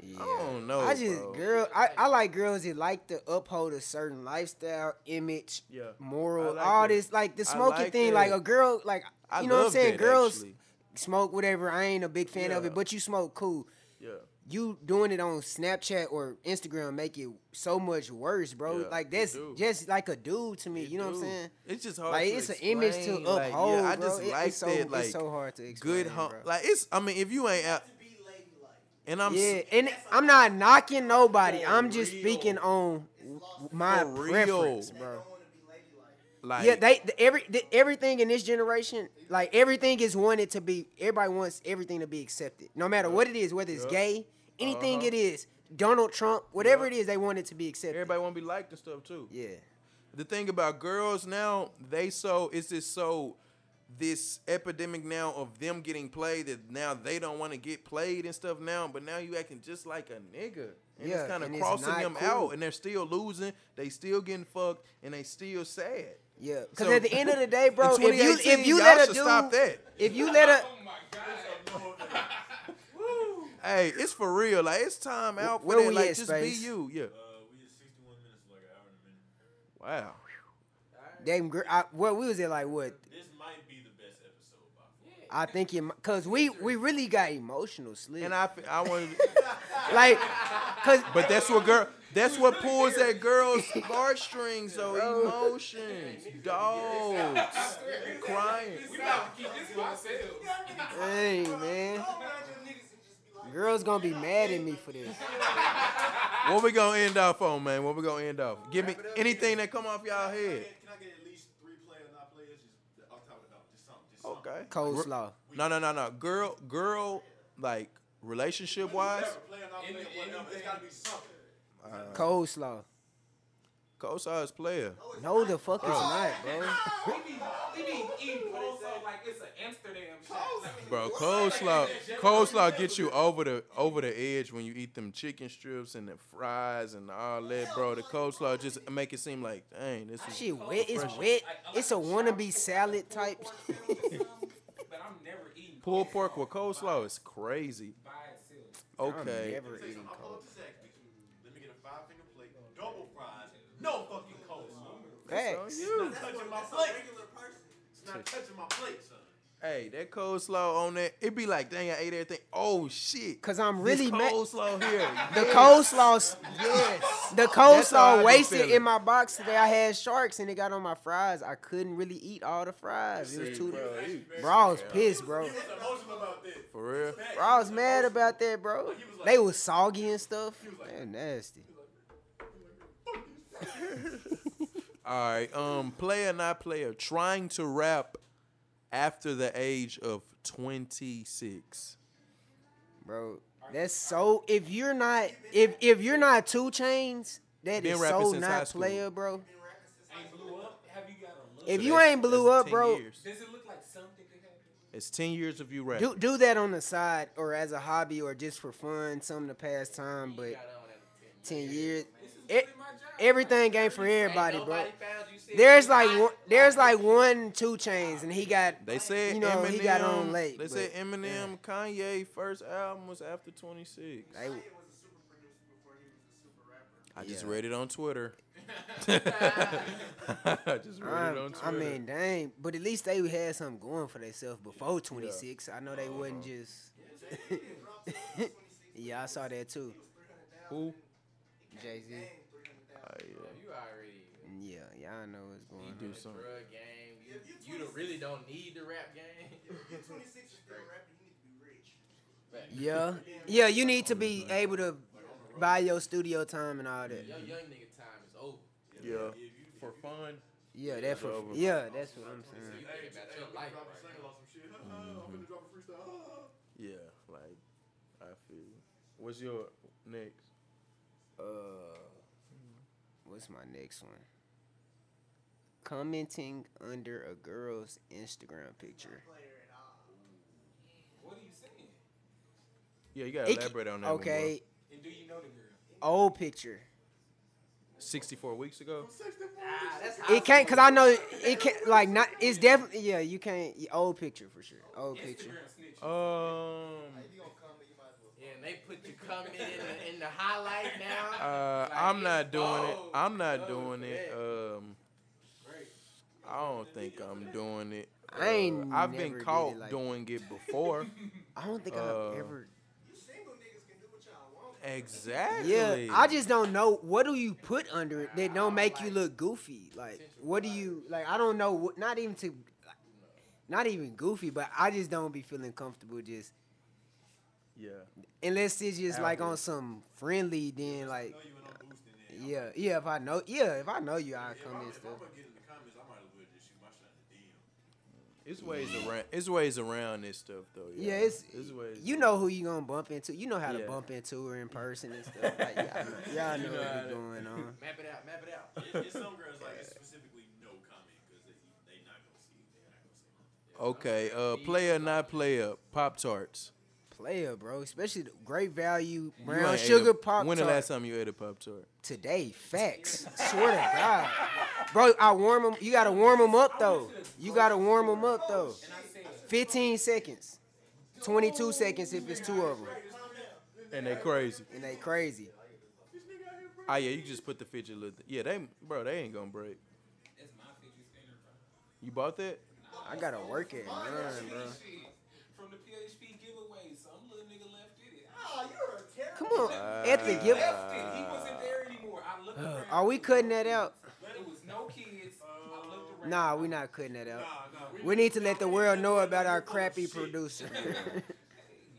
yeah.
I don't know.
I just
bro.
girl. I, I like girls that like to uphold a certain lifestyle, image,
Yeah. I
moral,
like
all
that.
this like the
I
smoking
like
thing.
that.
Like a girl, like
I
you know what I'm
love
saying.
that,
Girls
actually.
smoke whatever. I ain't a big fan of
Yeah.
it, but you smoke cool.
Yeah.
You doing it on Snapchat or Instagram make it so much worse, bro.
Yeah,
like
it
that's
do.
just like a dude to me.
It
you know
do.
what I'm saying?
It's just hard.
like
to
it's an image to
explain,
uphold.
like, yeah, I
bro.
just
It-
like
it's so,
that. Like
it's so hard to explain.
good, hum-
bro.
like it's. I mean, if you ain't out,
To be ladylike.
and I'm
yeah,
s-
and I'm not knocking nobody.
For
I'm just
real.
speaking on
It's lost.
my
For real.
preference,
They
bro.
don't want to be ladylike.
like,
yeah, they the, every the, everything in this generation, like everything is wanted to be. Everybody wants everything to be accepted, no matter what it is, whether it's
Yup.
gay, anything
Uh-huh.
it is, Donald Trump, whatever
Yup.
it is, they want it to be accepted.
everybody want to be liked and stuff too.
yeah,
the thing about girls now, they so it's just so this epidemic now of them getting played that now they don't want to get played and stuff now, but now you acting just like a nigga. And
Yeah,
it's kind of
and it's
crossing
not
them
cool.
out and they're still losing, they still getting fucked, and they still sad.
yeah. Because
So-
at the end of the day, bro,
In
if you if
2018,
you
y'all
let a
should
dude,
stop that.
if you let a
Oh my god.
Hey, it's for real. Like it's time out for
where
that.
we
Like
at,
just
Space?
be you. Yeah.
Uh, we at 61 minutes, like an hour and a minute.
Wow.
damn, gr- I, what we was at like what
This might be the best episode by far.
I think it because we we really got emotional slip.
And I f- I want
like, cause
But that's what girl. That's what pulls that girl's heartstrings, though. Emotions, dogs, crying.
We about to keep this to ourselves.
hey man,
All around your niggas and just be like,
girls gonna be mad at me for this.
What we gonna end off on, man? What we gonna end off? Give me anything that come off y'all head.
Can I get- Can I get at least three players, not players? Just off top of the dome. Just something. Just something.
Okay.
Coleslaw.
No, no, no, no. Girl, girl, like relationship wise,
Whatever, player, not player,
Any-
whatever. It's
anything.
got to be something.
Coleslaw.
Coleslaw is player.
No, the fuck it's not, bro.
We be, we be eating coleslaw like it's an Amsterdam shop.
Bro, coleslaw, coleslaw gets you over the over the edge when you eat them chicken strips and the fries and all that, bro. The coleslaw just make it seem like, dang, this is
Shit wet. It's wet. It's a wannabe salad type.
But I'm never eating
pulled
coleslaw
pork with coleslaw is crazy.
by itself.
I'm
Okay.
never
Say
eating
something. I'm going
cold.
to Zaxby's. Let me get a five finger plate, double fries, no fucking coleslaw.
It's
Facts.
on you.
It's not touching my
that's a
plate.
regular person.
It's not touching my plate, son.
Hey, that coleslaw on that, it be like, dang, I ate everything. Oh shit.
Cause I'm really
this
mad.
coleslaw here.
The
yeah.
coleslaw. s- Yes. The
how I
coleslaw
been
wasted
feeling.
in my box today. I had sharks and it got on my fries. I couldn't really eat all the fries. It was too.
Bro, you-
Bro, I was pissed, bro.
He was emotional about this.
For real?
Fact,
Bro, I
he
was mad
emotional.
about that, bro. They was soggy and stuff. They're nasty.
All right. Um, player not player, trying to rap after the age of twenty six.
bro. That's so. If you're not, if if you're not two chains, that
Been
is
rapping
so
since high
not
school.
player, bro.
Ain't blew up. Have you got a look?
If you ain't blew up, bro,
Years.
Does it look like something could happen?
It's ten years of you rapping.
do do that on the side or as a hobby or just for fun, something to pass time. But ten years, it,
Really my job.
everything ain't for everybody,
Ain't
bro.
nobody found you sitting
There's
there.
like one, there's like one two chains, and he got
They said
You know,
Eminem.
he got on late,
they
but-
said Eminem, Kanye first album was after twenty six.
like,
Kanye was a super producer before he was a super rapper.
I just
Yeah.
read it on Twitter. I just read it on
I'm-
Twitter.
I mean, dang. But at least they had something going for themselves before 26. I know they wasn't just. yeah, I saw that too.
who?
Jay Z.
Oh, yeah.
You already.
Yeah, yeah, I know what's going
You
on.
do
the
something.
drug game. You,
If you
you don't- really don't need the rap game.
You're 26 and still rapping, you need to be rich.
But
Yeah, yeah, you need to be able to buy your studio time and all that.
your young nigga time is over.
Yeah.
If you,
For fun.
Yeah, that for yeah, that's what I'm
So
saying.
you
hey,
think
man,
about
I'm
your
gonna
life
drop a
right
single
now.
off some shit. I'm
Mm-hmm.
gonna drop a freestyle.
Yeah, like I feel. you. What's your next?
Uh, what's my next one? Commenting under a girl's Instagram picture.
Player at all.
What are you saying?
Yeah, you gotta
It c-
elaborate on that. one, bro.
Okay,
And do you know the girl?
old picture.
64 weeks ago.
Ah, that's high
It can't,
school.
cause I know it can't. Like not, it's definitely yeah. You can't yeah, old picture for sure. Old picture.
Instagram snitch.
Um,
If you gonna come, you might as well.
Yeah, and they put your comment in the, in the highlight now.
uh, I'm not doing it. I'm not doing it. Um,
Right.
I don't think I'm doing it.
I ain't
Uh, I've
never
been
did it
caught
like-
doing it before.
I don't think
Uh,
I've ever.
You single niggas can do what y'all want.
exactly.
Yeah, I just don't know what do you put under it that don't make you look goofy. Like what do you like? I don't know. What, not even to, like, not even goofy, but I just don't be feeling comfortable just
Yeah.
unless it's just like
Albert.
on some friendly. Then like
know you and I'm boosting it. I'm-
yeah, yeah. If I know, yeah, if I know you, I
If
come
I'm,
and
if
stuff.
I'm gonna get in the comments, I might as well just shoot my shot in the DM.
It's ways around. It's ways around this stuff though.
Yeah, it's,
It's ways.
you know who you gonna bump into. You know how to
Yeah.
bump into her in person and stuff. Like, y'all know, y'all
You
know,
know how
what's
to-
going on.
Map it out, map it out.
It- It's some girls like it's specifically no comment because they they not gonna see it. They're not gonna say
Okay.
nothing.
Uh, play or not play up. Pop tarts.
Player, bro, especially the great value brown
You ain't ate
sugar
a-
pop
When the last
tart
time you ate a pop tart?
today. Facts, swear to God, bro. I warm them. You gotta warm them up though. You gotta warm them up though.
And I said,
Fifteen seconds, twenty-two seconds if it's two of them,
And they crazy.
and they crazy.
Ah yeah, you just put the fidget little. Th- yeah, they bro, they ain't gonna break.
that's my fidget spinner, bro.
You bought that?
I gotta work at nine, bro.
Shit. From the PHP giveaway, some little nigga left it. I
Ah, you're a terrible.
Come on,
Uh,
at the give.
left it. He wasn't there anymore. I looked around.
Are we cutting that out?
It was no kids. I looked around.
Nah, we're not cutting that out.
Nah, nah,
We need to let the world know about our crappy producer.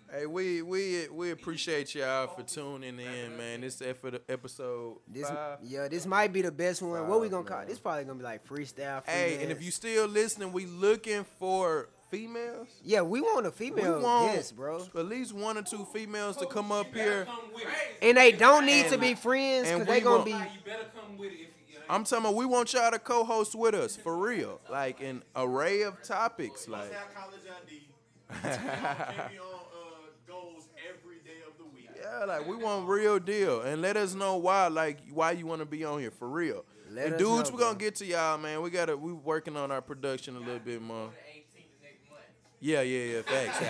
Hey, we we we appreciate y'all for tuning in, man. This effort episode
this,
five.
yeah, this might be the best one. what we
Five,
gonna call it?
man.
This probably gonna be like freestyle.
Hey, and
freelance.
if you still listening, we looking for females.
yeah, we want a female
we want
guest, bro.
At least one or two females to come up here.
Come with it.
And they don't need to
And-
be friends
and
because
we
they gonna
want-
be.
Nah, you better come with it if you.
I'm talking about we want y'all to co-host with us for real, like an array of topics, like.
South College ID.
yeah,
Maybe on uh, goals every day of the week.
like we want real deal, and let us know why, like why you want to be on here for real.
Let
and
us
dudes,
know,
we're gonna
bro.
get to y'all, man. We gotta we working on our production a little bit more.
The 18th of next month.
Yeah, yeah, yeah. Thanks.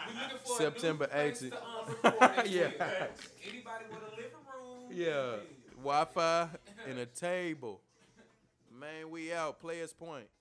We're looking for a
September
new place
18th.
to, um, record this
Yeah.
with. Anybody with a living room?
yeah. Wi-Fi and a table. Man, we out. Players point.